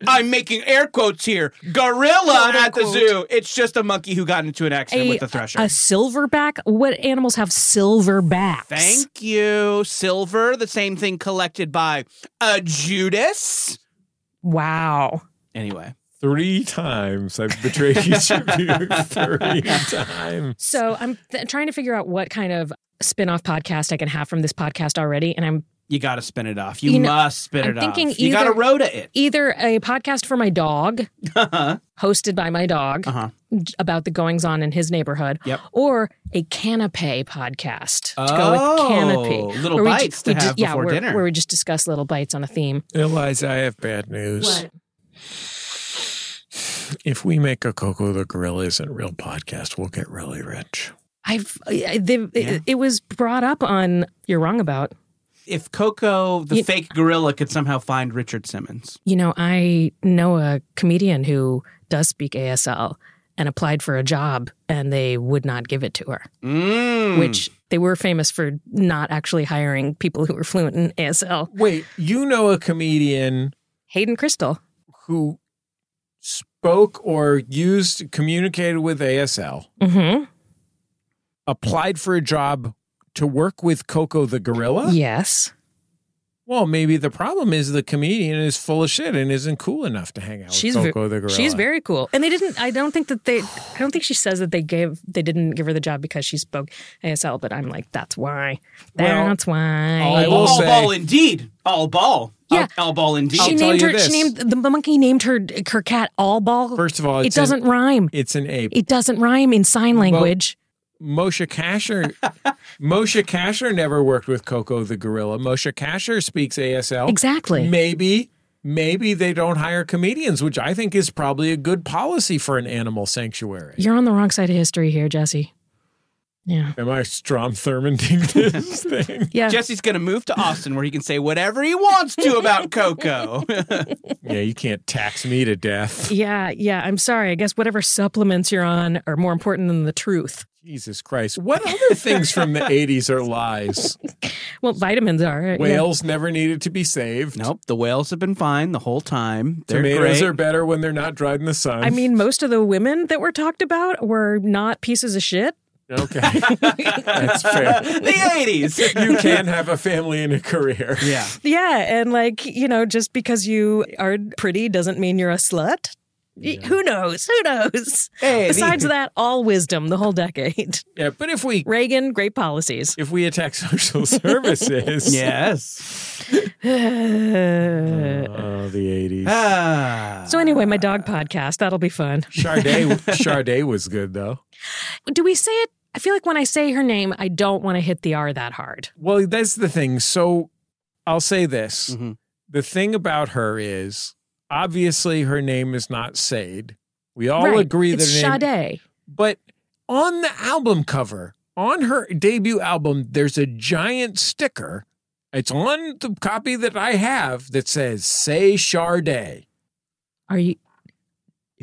C: I'm making air quotes here, gorilla at the zoo, it's just a monkey who got into an accident with a thresher.
D: a silverback. What animals have silver backs?
C: Thank you. Silver, the same thing collected by a Judas.
D: Wow.
C: Anyway.
B: Three times I've betrayed [laughs] each of you. Three times.
D: So I'm th- trying to figure out what kind of spin-off podcast I can have from this podcast already, and I'm
C: You got to spin it off. You,
D: You know,
C: must spin
D: I'm
C: it
D: thinking
C: off. You got to
D: either- e-
C: rota it.
D: either a podcast for my dog,
C: Uh-huh.
D: hosted by my dog,
C: Uh-huh.
D: j- about the goings on in his neighborhood,
C: Yep.
D: or a canapé podcast to go with
C: Oh,
D: canopy,
C: little
D: Where we
C: bites to
D: we
C: have
D: yeah,
C: before
D: where,
C: dinner.
D: where we just discuss little bites on a theme.
B: Eliza, I have bad news. If we make a Coco the Gorilla isn't real podcast, we'll get really rich.
D: I've I- the, it, it was brought up on You're Wrong About.
C: If Coco, the
D: You-
C: fake gorilla, could somehow find Richard Simmons.
D: You know, I know a comedian who does speak ASL and applied for a job and they would not give it to her,
C: Mm.
D: which they were famous for not actually hiring people who were fluent in ASL.
B: Wait, you know a comedian
D: Hayden Crystal.
B: who spoke or used communicated with ASL,
D: Mm-hmm.
B: applied for a job to work with Coco the Gorilla?
D: Yes.
B: Well, maybe the problem is the comedian is full of shit and isn't cool enough to hang out
D: She's
B: with
D: ve-
B: Coco the Gorilla.
D: She's very cool. And they didn't I don't think that they I don't think she says that they gave they didn't give her the job because she spoke ASL, but I'm like, that's why.
B: Well,
D: That's why.
B: I will
C: all
B: say-
C: ball indeed. All ball.
D: Yeah.
C: All, all ball indeed.
D: she
B: I'll tell
D: named
B: you
D: her.
B: this.
D: She named the monkey named her her cat all ball.
B: First of all,
D: it
B: it's an-
D: doesn't rhyme.
B: It's an ape.
D: It doesn't rhyme in sign language.
B: Moshe
D: [laughs]
B: Kasher Moshe Kasher never worked with Coco the gorilla. Moshe Kasher speaks ASL.
D: Exactly.
B: Maybe maybe they don't hire comedians, which I think is probably a good policy for an animal sanctuary.
D: You're on the wrong side of history here, Jesse. Yeah.
B: Am I Strom Thurmonding [laughs] this
D: [laughs]
B: thing?
C: [laughs]
D: Yeah.
C: Jesse's going to move to Austin where he can say whatever he wants to about Coco. [laughs]
B: Yeah, you can't tax me to death.
D: yeah, yeah. I'm sorry. I guess whatever supplements you're on are more important than the truth.
B: Jesus Christ. What other things from the
D: [laughs]
B: 80s are lies?
D: Well, vitamins are. yeah.
B: Whales never needed to be saved.
C: nope. The whales have been fine the whole time. They're
B: Tomatoes
C: great.
B: are better when they're not dried in the sun.
D: I mean, most of the women that were talked about were not pieces of shit.
B: [laughs] okay. That's fair.
C: the 80s.
B: [laughs] You can have a family and a career.
C: [laughs] Yeah.
D: Yeah, and like, you know, just because you are pretty doesn't mean you're a slut. Y- Who knows? Who knows?
C: Hey, the-
D: Besides that, all wisdom the whole decade. [laughs]
B: Yeah, but if we
D: Reagan, great policies. [sighs]
B: if we attack [laughs] social services,
C: Yes.
D: so
B: oh, the eighties.
C: [laughs] Ah.
D: anyway, my dog podcast, that'll be fun.
C: [laughs]
B: Charday, Charday was good though.
D: Do we say it? I feel like when I say her name, I don't want to hit the R that hard.
B: Well, that's the thing. So, I'll say this:
C: Mhm.
B: the thing about her is obviously her name is not Sade. We all
D: Right.
B: agree
D: it's
B: that her name,
D: Sade.
B: but on the album cover, on her debut album, there's a giant sticker. It's on the copy that I have that says "Say Charday."
D: Are you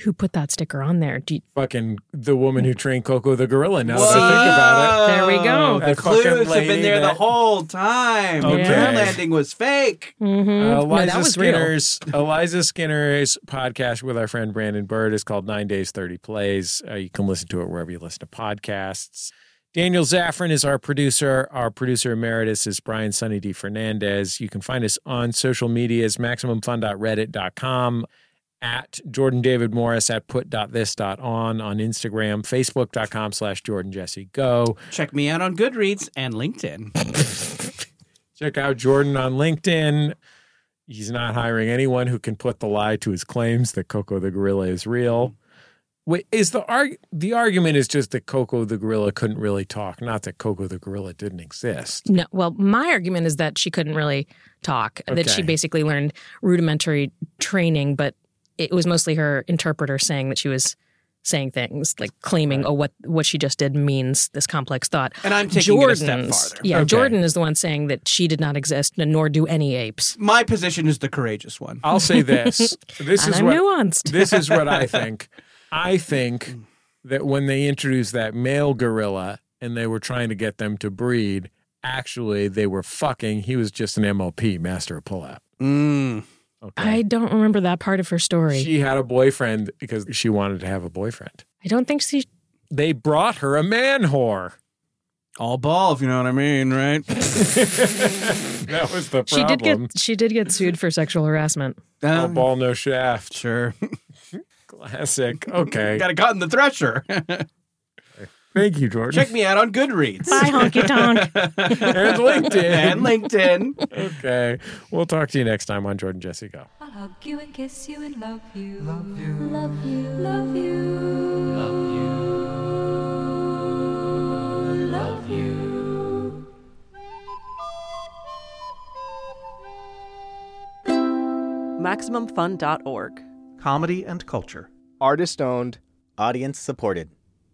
D: who put that sticker on there? Do you,
B: Fucking the woman who trained Coco the gorilla. Now that I think about it.
D: There we go.
B: That
C: The
B: fucking
C: clues have
B: lady
C: been there the
B: that-
C: whole time. The
B: Okay.
C: moon landing was fake.
D: Mhm.
B: Uh, Eliza
D: no, that was real.
B: Skinner's Eliza Skinner's podcast with our friend Brandon Bird is called Nine Days Thirty Plays. Uh, you can listen to it wherever you listen to podcasts. Daniel Zaffron is our producer. Our producer emeritus is Brian Sunny D. Fernandez. You can find us on social medias, maximumfun.reddit.com, at Jordan David Morris, at put.this.on, on Instagram, facebook.com slash Jordan Jesse Go.
C: Check me out on Goodreads and LinkedIn.
B: Check out Jordan on LinkedIn. He's not hiring anyone who can put the lie to his claims that Coco the gorilla is real. Wait, is the arg- the argument is just that Coco the gorilla couldn't really talk, not that Coco the gorilla didn't exist.
D: No, well, my argument is that she couldn't really talk, that she
B: Okay.
D: basically learned rudimentary training, but it was mostly her interpreter saying that she was saying things like claiming, oh, what what she just did means this complex thought.
C: And I'm taking it a step
D: Jordan's-
C: farther.
D: Yeah,
B: Okay.
D: Jordan is the one saying that she did not exist, and nor do any apes.
C: My position is the courageous one.
B: I'll say this. This
D: and
B: is
D: I'm
B: what
D: nuanced.
B: this is what I think. I think that when they introduced that male gorilla and they were trying to get them to breed, actually they were fucking. He was just an MLP, master of pullout.
C: Mm.
B: Okay.
D: I don't remember that part of her story.
B: She had a boyfriend because she wanted to have a boyfriend.
D: I don't think she.
B: They brought her a man whore.
C: All ball, if you know what I mean, right?
B: That was the
D: She
B: problem.
D: did get she did get sued for sexual harassment.
B: All
C: Um,
B: ball, no shaft. [laughs]
C: Sure.
D: [laughs]
B: Classic. Okay.
C: Got it caught in
B: [laughs]
C: the thresher.
B: Thank you, Jordan.
C: Check me out on Goodreads.
D: Bye, honky tonk.
B: and LinkedIn.
C: and LinkedIn.
B: okay. We'll talk to you next time on Jordan Jesse Go.
A: I'll hug you and kiss you and love you. Love you. Love you. Love you. Love you. Love you.
H: MaximumFun.org.
I: Comedy and culture.
K: Artist owned.
G: Audience supported.